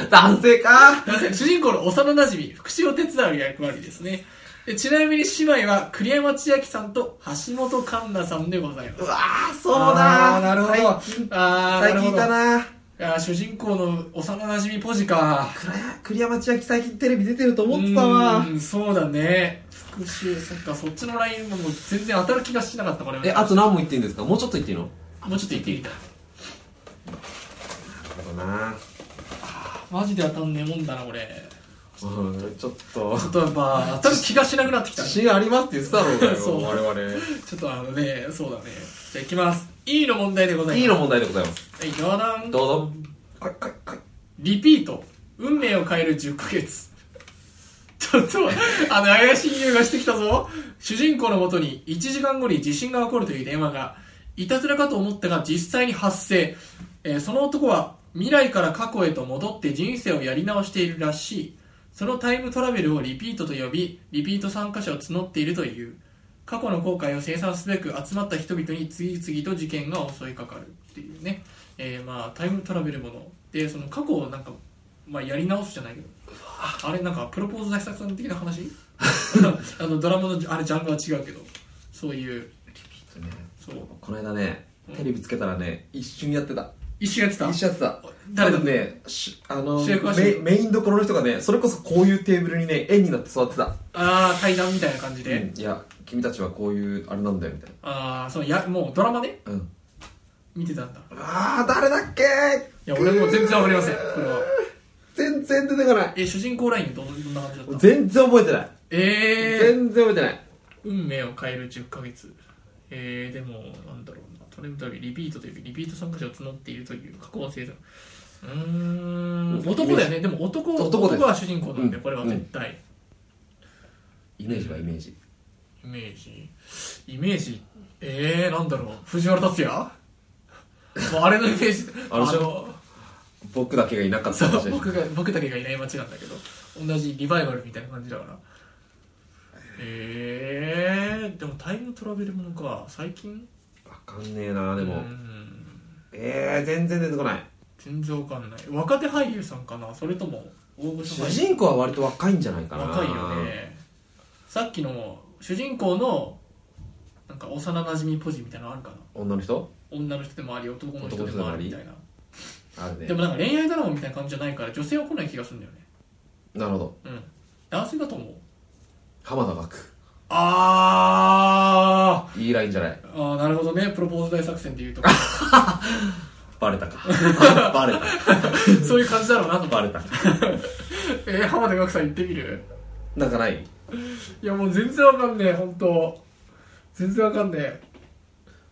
Speaker 1: 男性か
Speaker 2: 男性主人公の幼なじみ復讐を手伝う役割ですねでちなみに姉妹は栗山千明さんと橋本環奈さんでございます
Speaker 1: うわーそうだ
Speaker 2: あー
Speaker 1: ー
Speaker 2: なるほど
Speaker 1: 最
Speaker 2: あー
Speaker 1: 最近
Speaker 2: なるほ
Speaker 1: い
Speaker 2: ど
Speaker 1: たなー
Speaker 2: あー主人公の幼なじみポジか
Speaker 1: 暗い栗山千明最近テレビ出てると思ってたわ
Speaker 2: うーんそうだね復讐そっかそっちのラインももう全然当たる気がしなかったから
Speaker 1: えあと何も言っていいんですかもうちょっと言っていいの
Speaker 2: もうちょっと言ってみたい
Speaker 1: そうだな
Speaker 2: マジで当たんねえもんだな俺
Speaker 1: うんちょっと
Speaker 2: ちょっとやっぱ当たる気がしなくなってきた
Speaker 1: 自
Speaker 2: ね
Speaker 1: 信ありますって言ってたろう が
Speaker 2: そう
Speaker 1: よ我々
Speaker 2: ちょっとあのねそうだねじゃあいきますいいの問題でございます
Speaker 1: いいの問題でございます
Speaker 2: はいどうだん
Speaker 1: どうぞこいこいこい
Speaker 2: リピート運命を変える10ヶ月ちょっと、あの、怪しい匂いがしてきたぞ。主人公のもとに1時間後に地震が起こるという電話が、いたずらかと思ったが実際に発生。えーその男は未来から過去へと戻って人生をやり直しているらしい。そのタイムトラベルをリピートと呼び、リピート参加者を募っているという。過去の後悔を清算すべく集まった人々に次々と事件が襲いかかるっていうね、えーまあタイムトラベルものでその過去をなんか、まあ、やり直すじゃないけどあれなんかプロポーズ大作戦的な話 あのドラマのあれジャンルは違うけどそういう
Speaker 1: ちょっとね
Speaker 2: そう
Speaker 1: この間ねテレビつけたらね一瞬やってた
Speaker 2: 一瞬やってた
Speaker 1: 一瞬やってた
Speaker 2: 誰だ
Speaker 1: 多分ねしあの
Speaker 2: 主役は主
Speaker 1: メ
Speaker 2: 役
Speaker 1: メインどころの人がねそれこそこういうテーブルにね円になって座ってた、
Speaker 2: ああ対談みたいな感じで、
Speaker 1: うんいや君たちはこういうあれなんだよみたい
Speaker 2: ああそのやもうドラマで
Speaker 1: なうん
Speaker 2: 見てたんだ
Speaker 1: あー誰だっけい
Speaker 2: いや俺もう全然わかりませんこれは
Speaker 1: 全然出てこない
Speaker 2: え主人公ラインどんどんな感じだった
Speaker 1: 全然覚えてない、
Speaker 2: えー、
Speaker 1: 全然覚えてない
Speaker 2: 運命を変える10ヶ月えー、でもなんだろうなトレンドリピートというリピート参加者を募っているという過去の制度うーん男だよねでも男
Speaker 1: 男です
Speaker 2: は主人公なんで
Speaker 1: うん
Speaker 2: これは絶対、
Speaker 1: イメージはイメージ
Speaker 2: イメージイメージえー、なんだろう藤原竜也もうあれのイメージ
Speaker 1: あの僕だけがいなかった
Speaker 2: そ
Speaker 1: 話
Speaker 2: う僕が僕だけがいない街なんだけど同じリバイバルみたいな感じだからえー、でもタイムトラベルものか最近
Speaker 1: わかんねえなでも、
Speaker 2: うん
Speaker 1: えー、全然出てこない
Speaker 2: 全然わかんない若手俳優さんかなそれとも大御所
Speaker 1: 主
Speaker 2: 俳優
Speaker 1: 人公は割と若いんじゃないかな
Speaker 2: 若いよねさっきの主人公のなんか幼馴染ポジみたいなのあるかな
Speaker 1: 女の人
Speaker 2: 女の人でもあり男の人でもあるみたいな
Speaker 1: あるね
Speaker 2: でもなんか恋愛ドラマみたいな感じじゃないから女性は来ない気がするんだよね
Speaker 1: なるほど
Speaker 2: うん男性だと思う
Speaker 1: 浜田岳
Speaker 2: あ
Speaker 1: いいラインじゃない
Speaker 2: ーあーなるほどねプロポーズ大作戦でいうとか
Speaker 1: バレた かバレ
Speaker 2: そういう感じだろうなと
Speaker 1: た
Speaker 2: 思っ
Speaker 1: バレた
Speaker 2: てえー、浜田岳さん行ってみる
Speaker 1: なんかない
Speaker 2: いやもう全然わかんねえ本当全然わかんね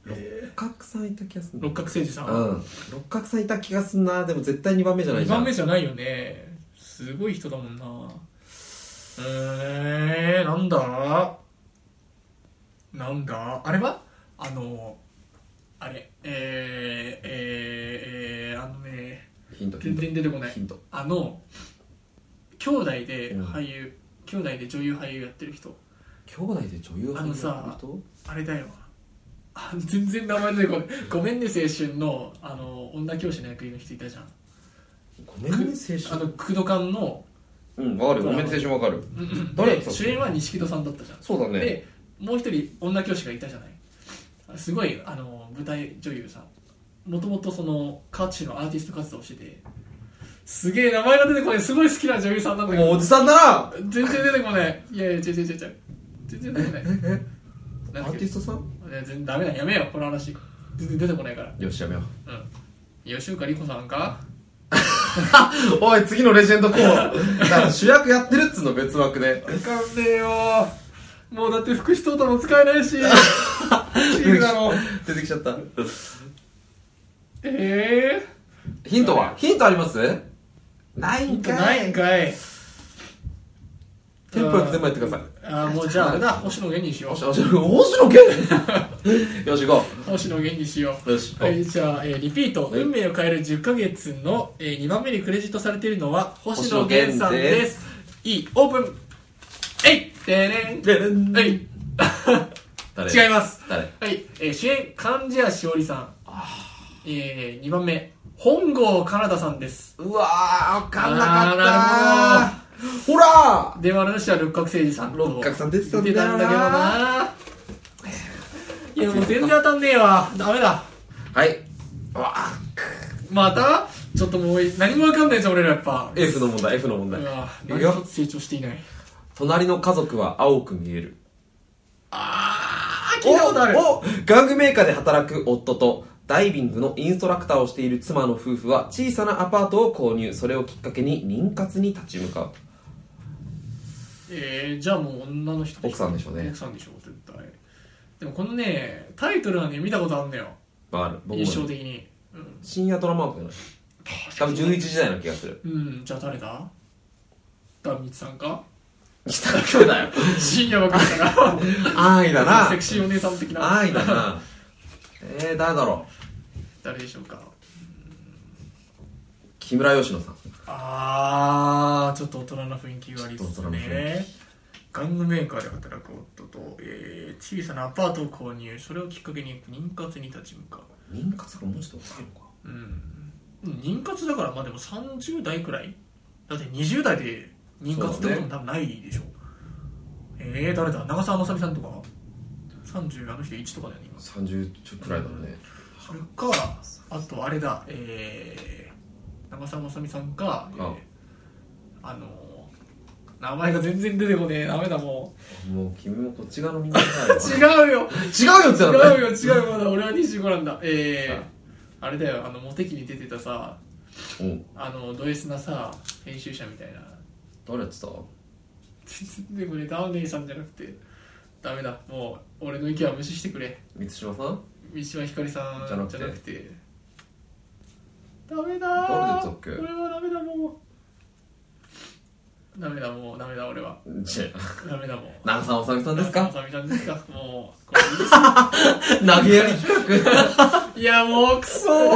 Speaker 2: え
Speaker 1: 六角さんいた気がする
Speaker 2: 六角誠治さん、
Speaker 1: うん六角さんいた気がすんなでも絶対2番目じゃない
Speaker 2: 2
Speaker 1: じゃん
Speaker 2: 番目じゃないよねすごい人だもんなえー、なんだなんだあれはあのあれえー、えー、えー、あのね
Speaker 1: ヒントヒン
Speaker 2: 全
Speaker 1: ト
Speaker 2: 然出てこない
Speaker 1: ヒント
Speaker 2: あの兄弟で
Speaker 1: うん
Speaker 2: 俳優、兄弟で女優俳優やってる人
Speaker 1: 兄弟で女優
Speaker 2: あのさ
Speaker 1: と
Speaker 2: あれだよあ全然名前出てこないごめんね青春のあの女教師の役員の人いたじゃん
Speaker 1: ごめんね
Speaker 2: あ
Speaker 1: 青春
Speaker 2: の工藤館の
Speaker 1: うんわかるごめんね青春わかる誰やってたの
Speaker 2: で主演は錦戸さんだったじゃん
Speaker 1: そうだね
Speaker 2: でもう一人女教師がいたじゃないすごいあの舞台女優さんもともとそのカチのアーティスト活動をしててすげえ名前が出てこないすごい好きな女優さんなんだけ
Speaker 1: もうお
Speaker 2: ど
Speaker 1: じさんだな
Speaker 2: 全然出てこないいやいや違う違う違う違う全然出てこ ない
Speaker 1: ア
Speaker 2: なんだっ
Speaker 1: ー
Speaker 2: け
Speaker 1: ティストさん
Speaker 2: いや全然ダメだやめようこの話全然出てこないから
Speaker 1: よしやめよう
Speaker 2: うん吉岡里帆さんか
Speaker 1: おい次のレジェンド候補だから主役やってるっつうの別枠で
Speaker 2: わかんねえよもうだって福士蒼汰も使えな いし いいだろう
Speaker 1: 出てきちゃった
Speaker 2: ええ
Speaker 1: ヒントはヒントありますない
Speaker 2: ヒン
Speaker 1: ん
Speaker 2: ト
Speaker 1: か
Speaker 2: ないんかい
Speaker 1: テンポよく全部やってください
Speaker 2: ああもうじゃああれだ星野源にしよ
Speaker 1: おし
Speaker 2: う
Speaker 1: おしおしの けよし行こ
Speaker 2: 星野源にしよう
Speaker 1: うよし行こ
Speaker 2: は
Speaker 1: う
Speaker 2: い、じゃあ、えーリピート、
Speaker 1: はい
Speaker 2: 運命を変える10ヶ月の、え2番目にクレジットされているのは星野源さんですいいオープンえいでねん
Speaker 1: ででん
Speaker 2: はい
Speaker 1: 誰
Speaker 2: 違います
Speaker 1: 誰
Speaker 2: はい、えー主演貫地谷しおりさんえー、2番目本郷奏多さんです
Speaker 1: うわー分かんなかった
Speaker 2: あ
Speaker 1: ほら
Speaker 2: 電話の主は六角誠治さんと
Speaker 1: 六角さん出てたんだよ
Speaker 2: 出て
Speaker 1: な
Speaker 2: たんだけどないやもう全然当たんねえわダメだ
Speaker 1: はいわあ
Speaker 2: またちょっともう何もわかんないじゃん俺らやっぱ
Speaker 1: F の問題 F の問題
Speaker 2: うわ
Speaker 1: いく
Speaker 2: 何
Speaker 1: よ
Speaker 2: 一つ成長していない
Speaker 1: 隣の家族は青く見える
Speaker 2: あー聞いたことある
Speaker 1: おお玩具メーカーで働く夫とダイビングのインストラクターをしている妻の夫婦は小さなアパートを購入それをきっかけに妊活に立ち向かう
Speaker 2: えー、じゃあもう女の人
Speaker 1: 奥さんでしょうね
Speaker 2: 奥さんでしょ絶対でもこのねタイトルはね見たことあんのよ
Speaker 1: わかる僕も
Speaker 2: 印象的にうん
Speaker 1: 深夜ドラマ枠じゃない多分11時台な気がする
Speaker 2: うんじゃあ誰だ壇蜜さんか
Speaker 1: 北京 だよ
Speaker 2: 深夜枠だか
Speaker 1: 安易だ
Speaker 2: ら
Speaker 1: な
Speaker 2: セクシーお姉さん的な
Speaker 1: 安易だなえー、誰だろう
Speaker 2: 誰でしょうか
Speaker 1: 木村佳乃さん
Speaker 2: あーちょっと大人な雰囲気がありま
Speaker 1: ち
Speaker 2: す
Speaker 1: ょっと大人な雰
Speaker 2: ね玩具メーカーで働く夫と、えー小さなアパートを購入それをきっかけに妊活に立ち向かう
Speaker 1: 妊活がもうちょっと若いのか
Speaker 2: うん妊活だからまあでも30代くらいだって20代で妊活ってことも多分ないでしょえー、誰だ長澤まさみさんとか30あの人1とかだよね今
Speaker 1: 30ちょっとくらいだろうね
Speaker 2: それかあとあれだえー、長澤まさみさんかえーあのー名前が全然出てこねえダメだも
Speaker 1: もう君もこっち側の人間だよ
Speaker 2: う違うよ
Speaker 1: 違うよってなった
Speaker 2: 違うよ違うよまだ俺は25なんだえー、あれだよあのモテ期に出てたさ
Speaker 1: うん
Speaker 2: あのド S なさ編集者みたいな
Speaker 1: 誰やってた
Speaker 2: でもねダウネイさんじゃなくてダメだもう俺の意見は無視してくれ
Speaker 1: 満島さん
Speaker 2: 三島ひかりさんじ
Speaker 1: じ
Speaker 2: ゃ
Speaker 1: ゃ
Speaker 2: な
Speaker 1: な
Speaker 2: く
Speaker 1: く
Speaker 2: て
Speaker 1: て
Speaker 2: ダメ
Speaker 1: 誰
Speaker 2: だー
Speaker 1: でしたっけ
Speaker 2: 俺はダメだもうダメだもうダメだ俺は
Speaker 1: じゃ
Speaker 2: ダメだもう
Speaker 1: あ長澤まさみさんですか
Speaker 2: さみさんですかもうこ
Speaker 1: 投げやり企画
Speaker 2: れいやもうクソ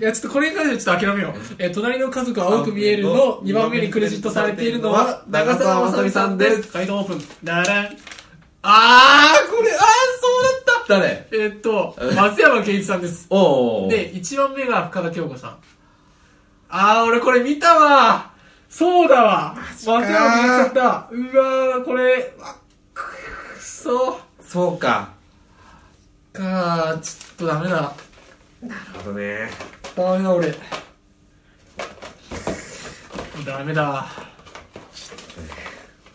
Speaker 2: いやちょっとこれに関してはちょっと諦め よう、えー隣の家族は青く見えるの2番目にクレジットされているのは長澤まさみさんです回答オープンダランあーこれあーそうだった
Speaker 1: 誰
Speaker 2: えーっと、 松山ケンイチさんです。
Speaker 1: おお
Speaker 2: で、1番目が深田恭子さん。あー、俺これ見たわそうだわ松山ケンイチさんだうわー、これ、あくっそ
Speaker 1: そうか
Speaker 2: かー、ちょっとダメだ。
Speaker 1: あとね
Speaker 2: ダメだ、俺。ダメだ。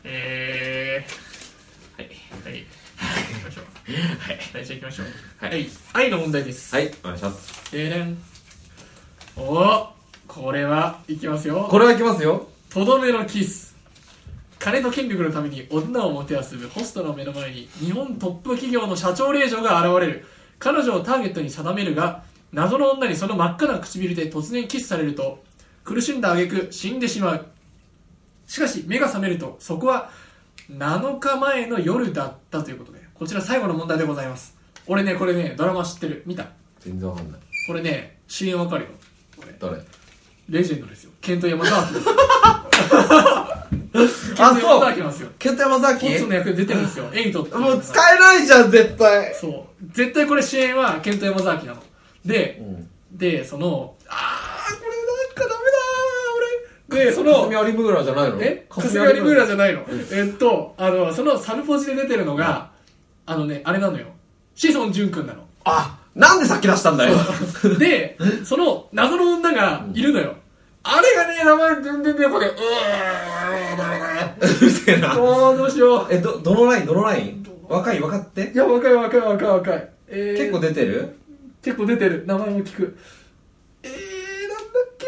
Speaker 2: え
Speaker 1: はい
Speaker 2: ー、はい。行きましょう。
Speaker 1: はい
Speaker 2: はい、じゃあ行きましょう。
Speaker 1: はい
Speaker 2: はい。愛の問題です。
Speaker 1: はいお願いします
Speaker 2: でれんおおこれはいきますよ
Speaker 1: これはいきますよ
Speaker 2: とどめのキス金と権力のために女をもてあそぶホストの目の前に日本トップ企業の社長令嬢が現れる彼女をターゲットに定めるが謎の女にその真っ赤な唇で突然キスされると苦しんだ挙句死んでしまうしかし目が覚めるとそこは7日前の夜だったということでこちら最後の問題でございます俺ねこれねドラマ知ってる見た
Speaker 1: 全然わかんない
Speaker 2: これね主演わかるよこれ
Speaker 1: 誰
Speaker 2: レジェンドですよケント山沢明ですよケン
Speaker 1: あ
Speaker 2: ト山
Speaker 1: そう
Speaker 2: 沢明なんですよ
Speaker 1: ケント山
Speaker 2: ホッツ
Speaker 1: 崎
Speaker 2: の役で出てるんですよエイトってい
Speaker 1: もう
Speaker 2: のが
Speaker 1: 使えないじゃん絶対
Speaker 2: そう絶対これ主演はケント山沢明なので
Speaker 1: うん
Speaker 2: でそのあーこれなんかダメだー俺でその
Speaker 1: 霞有村じゃないの
Speaker 2: え霞ヶ浦村じゃないのえっとあのそのサルポジで出てるのがあのねあれなのよ志尊淳君なの
Speaker 1: あなんで先出したんだよ
Speaker 2: で、その謎の女がいるのよ。あれがね、名前全然出てこねえ。うーんダメだ
Speaker 1: うるせえな
Speaker 2: もうどうしよう。
Speaker 1: えどどのラインどのライン若い分かって
Speaker 2: いや、若い若い若い若い。えー、
Speaker 1: 結構出てる
Speaker 2: 結構出てる。名前も聞く。えー、なんだっけ、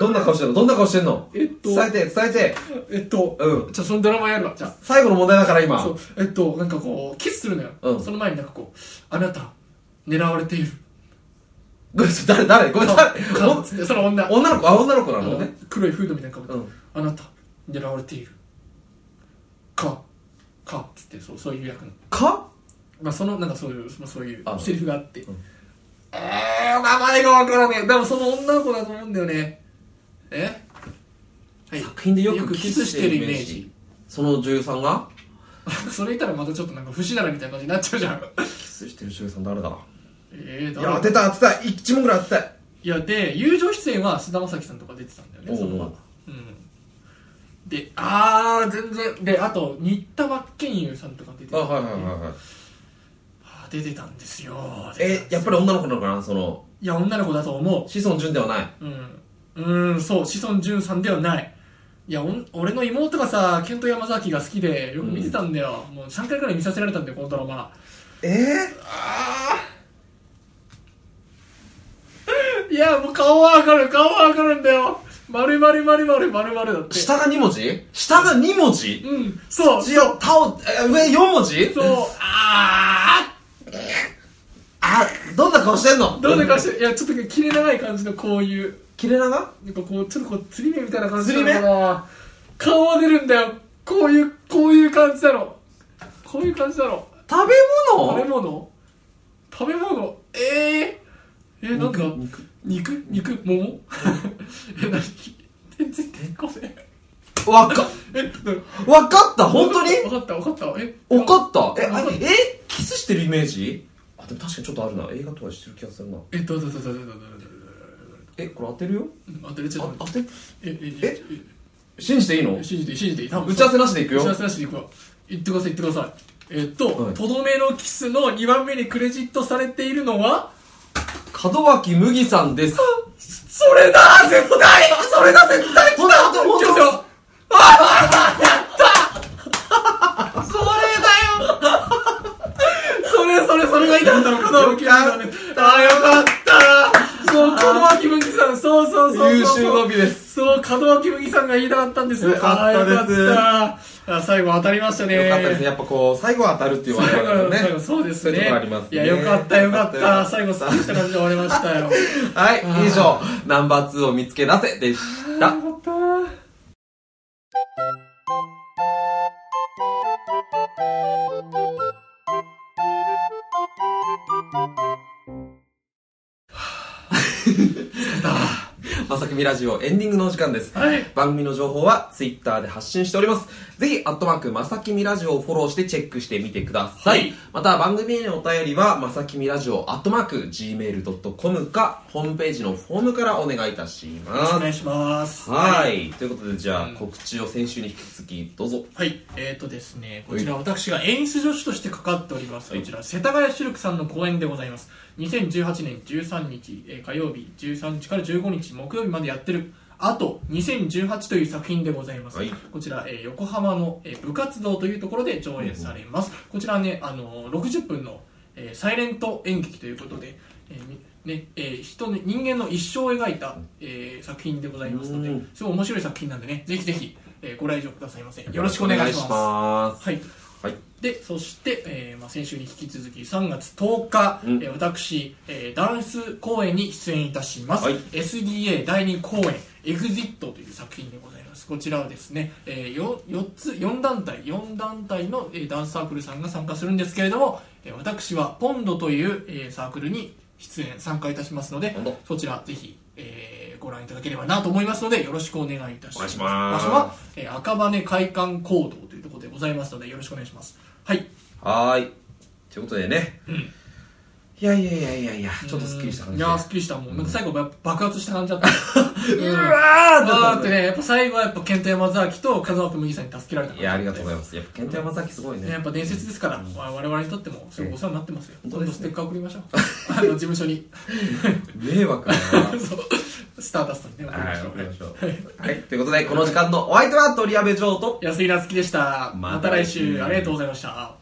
Speaker 1: どんな顔してんのどんな顔してんの
Speaker 2: えっと
Speaker 1: 伝えて伝えて
Speaker 2: おめえっと、
Speaker 1: うん
Speaker 2: じゃあそのドラマやるわ、じゃあ。
Speaker 1: 最後の問題だから今
Speaker 2: そうえっとなんかこうキスするのよ、
Speaker 1: うん
Speaker 2: その前になんかこう「あなた狙われてい る」
Speaker 1: ごめん誰誰ごめん
Speaker 2: か
Speaker 1: 誰
Speaker 2: かつってその女
Speaker 1: お女の子あ女の子なの
Speaker 2: あの
Speaker 1: ね
Speaker 2: 黒いフードみたいなのか
Speaker 1: う
Speaker 2: ぶって、
Speaker 1: ん
Speaker 2: あなた狙われているかかっつってそうそういう役の、
Speaker 1: か
Speaker 2: まあ、そのなんかそういう、まあ、そういう
Speaker 1: あ
Speaker 2: セリフがあって、
Speaker 1: うん
Speaker 2: えー、名前がわからねえでもその女の子だと思うんだよねえはい
Speaker 1: 作品でよくキスしてるイメージその女優さんが
Speaker 2: それ言ったらまたちょっとなんか不死だらみたいな感じになっちゃうじゃん
Speaker 1: キスしてる女優さん誰だろ
Speaker 2: えー、
Speaker 1: う
Speaker 2: だ
Speaker 1: い
Speaker 2: から
Speaker 1: や当てた当てた一問ぐらい当てたい
Speaker 2: いやで友情出演は菅田将暉さんとか出てたんだよね
Speaker 1: おう
Speaker 2: そのままうんでああ全然であと新田真剣佑さんとか出て
Speaker 1: あ
Speaker 2: たんだ
Speaker 1: は
Speaker 2: よ
Speaker 1: い
Speaker 2: ね
Speaker 1: はいはいはい
Speaker 2: あー出てたんですよ
Speaker 1: えやっぱり女の子なのかなその
Speaker 2: りいや女の子だと思
Speaker 1: 志尊淳ではないう
Speaker 2: うんうーんそう志尊淳さんではないいやおん俺の妹がさケント山崎が好きでよく見てたんだよ、もう3回くらい見させられたんだよこのドラマ
Speaker 1: え
Speaker 2: いやもう顔はわかる顔はわかるんだよ丸丸丸丸丸丸だって
Speaker 1: 下が2文字下が2文字
Speaker 2: うんそう
Speaker 1: 一応タオえ上4文字
Speaker 2: そうああ
Speaker 1: あどんな顔してんの
Speaker 2: どうでかしていやちょっと切れ長い感じのこういう
Speaker 1: 切れ長
Speaker 2: なんかこうちょっとこう釣り目みたいな感じ
Speaker 1: 釣り目
Speaker 2: なのかな顔は出るんだよこういうこういう感じだろこういう感じだろ
Speaker 1: 食べ
Speaker 2: 食べ
Speaker 1: 物
Speaker 2: 物食べ物えええなんか
Speaker 1: 肉
Speaker 2: 肉肉桃 え何全然ごめん
Speaker 1: 肉わか
Speaker 2: え
Speaker 1: わかった本当に
Speaker 2: 分かった分かったえ
Speaker 1: わかったえあ
Speaker 2: わかった
Speaker 1: えキスしてるイメージあでも確かにちょっとあるな映画とかしてる気がするな
Speaker 2: えっとどうぞどうぞどうぞ
Speaker 1: えこれ当てるよ
Speaker 2: 当てれちゃっ
Speaker 1: あ
Speaker 2: と
Speaker 1: 当て
Speaker 2: ええ
Speaker 1: え信じていいの
Speaker 2: 信じていい信じていい多分
Speaker 1: 打ち合わせなしでいく
Speaker 2: 打ち合わ
Speaker 1: よ
Speaker 2: せなしでいくわ言ってください言ってくださいえっ
Speaker 1: は
Speaker 2: と
Speaker 1: い
Speaker 2: とどめのキスの2番目にクレジットされているのは
Speaker 1: 門脇麦さんです
Speaker 2: それだ絶対それだ絶対
Speaker 1: ほんとほんと
Speaker 2: ちょ
Speaker 1: ほ
Speaker 2: っ
Speaker 1: ん
Speaker 2: と
Speaker 1: と
Speaker 2: やったそれだよそれそれそれがいたんだろう門脇麦さんねああよかったそう門脇麦さんそうそうそうそう
Speaker 1: 優秀の美です
Speaker 2: そう門脇麦さんが言いたかったんです
Speaker 1: よかったです
Speaker 2: あよかったあ最後当たりましたね
Speaker 1: よかったですねやっぱこう最後は当たるっていう我
Speaker 2: 最
Speaker 1: 々
Speaker 2: 後
Speaker 1: の
Speaker 2: の最後
Speaker 1: ね
Speaker 2: そうです
Speaker 1: そういうと
Speaker 2: ね
Speaker 1: ころありますね
Speaker 2: いやよかったよかっ
Speaker 1: よか
Speaker 2: た
Speaker 1: った
Speaker 2: 最後すっきりした感じで終わりましたよ
Speaker 1: はい以上ナンバー2を見つけ出せでした
Speaker 2: よかった
Speaker 1: まさくみラジオエンディングのお時間です。
Speaker 2: はい
Speaker 1: 番組の情報はツイッターで発信しております。ぜひ、アットマーク、まさきみラジオをフォローしてチェックしてみてください。
Speaker 2: はい
Speaker 1: また、番組へのお便りは、まさきみラジオ、アットマーク、gmail.com か、ホームページのフォームからお願いいたし
Speaker 2: よろしくお
Speaker 1: ま
Speaker 2: 願いします
Speaker 1: す。はい。ということで、じゃあ、告知を先週に引き続き、どうぞ。
Speaker 2: はい、えーとですね、こちら私が演出助手として関わっております、こちら世田谷シルクさんの公演でございます2018年13日、えー火曜日13日から15日木曜日までやってるあと2018という作品でございます、
Speaker 1: はい
Speaker 2: こちら、えー横浜の、えー部活動というところで上演されます、こちらね、あのー60分の、えーサイレント演劇ということで、えーみねえー人ね人間の一生を描いた、えー作品でございますので、
Speaker 1: うん
Speaker 2: すごい面白い作品なんでねぜひぜひ、えーご来場くださいませよろしくお願いします
Speaker 1: ます。
Speaker 2: はい
Speaker 1: はい。
Speaker 2: でそして、えーまあ、先週に引き続き3月10日、
Speaker 1: うん
Speaker 2: えー私、えーダンス公演に出演いたします、
Speaker 1: はい
Speaker 2: SDA 第2公演「エグジットという作品でございますこちらはですね、え 4, つ4団体4団体の、えーダンスサークルさんが参加するんですけれども、えー私はポンドという、えーサークルに出演参加いたしますので
Speaker 1: ポンド
Speaker 2: そちらぜひ、えーご覧いただければなと思いますのでよろしくお願いいたします
Speaker 1: お願いします
Speaker 2: 場所は、えー赤羽会館講堂というところでございますのでよろしくお願いしますはい
Speaker 1: はーい。ということでね。いやいやいやいやいや、ちょっとスッキリした感じ
Speaker 2: い
Speaker 1: で。
Speaker 2: やーすっきりしたもうなんか最後やっぱ爆発した感 じだった
Speaker 1: うわーって
Speaker 2: うん
Speaker 1: な
Speaker 2: あ
Speaker 1: っ
Speaker 2: ーったてねやっぱ最後はやっぱ健太山崎と風間麦さんに助けられた
Speaker 1: いや、ありがとうござい
Speaker 2: ま
Speaker 1: ます。やっぱ、ケント山崎すごいね。
Speaker 2: やっぱ伝説ですから、わ我々にとってもすごいお世話になってますよ、
Speaker 1: ええ
Speaker 2: 今度
Speaker 1: 本当ですね
Speaker 2: ステッカー送りましょうあの事務所に
Speaker 1: 迷惑だな。
Speaker 2: そうスターダストにね送りま
Speaker 1: はい、
Speaker 2: しょ
Speaker 1: わ
Speaker 2: う
Speaker 1: かりましょう。はい、ということで、この時間のお相手は鳥矢部城と。
Speaker 2: 安井なつきでした
Speaker 1: また
Speaker 2: また来
Speaker 1: 来
Speaker 2: 週
Speaker 1: 週
Speaker 2: ありがとうございました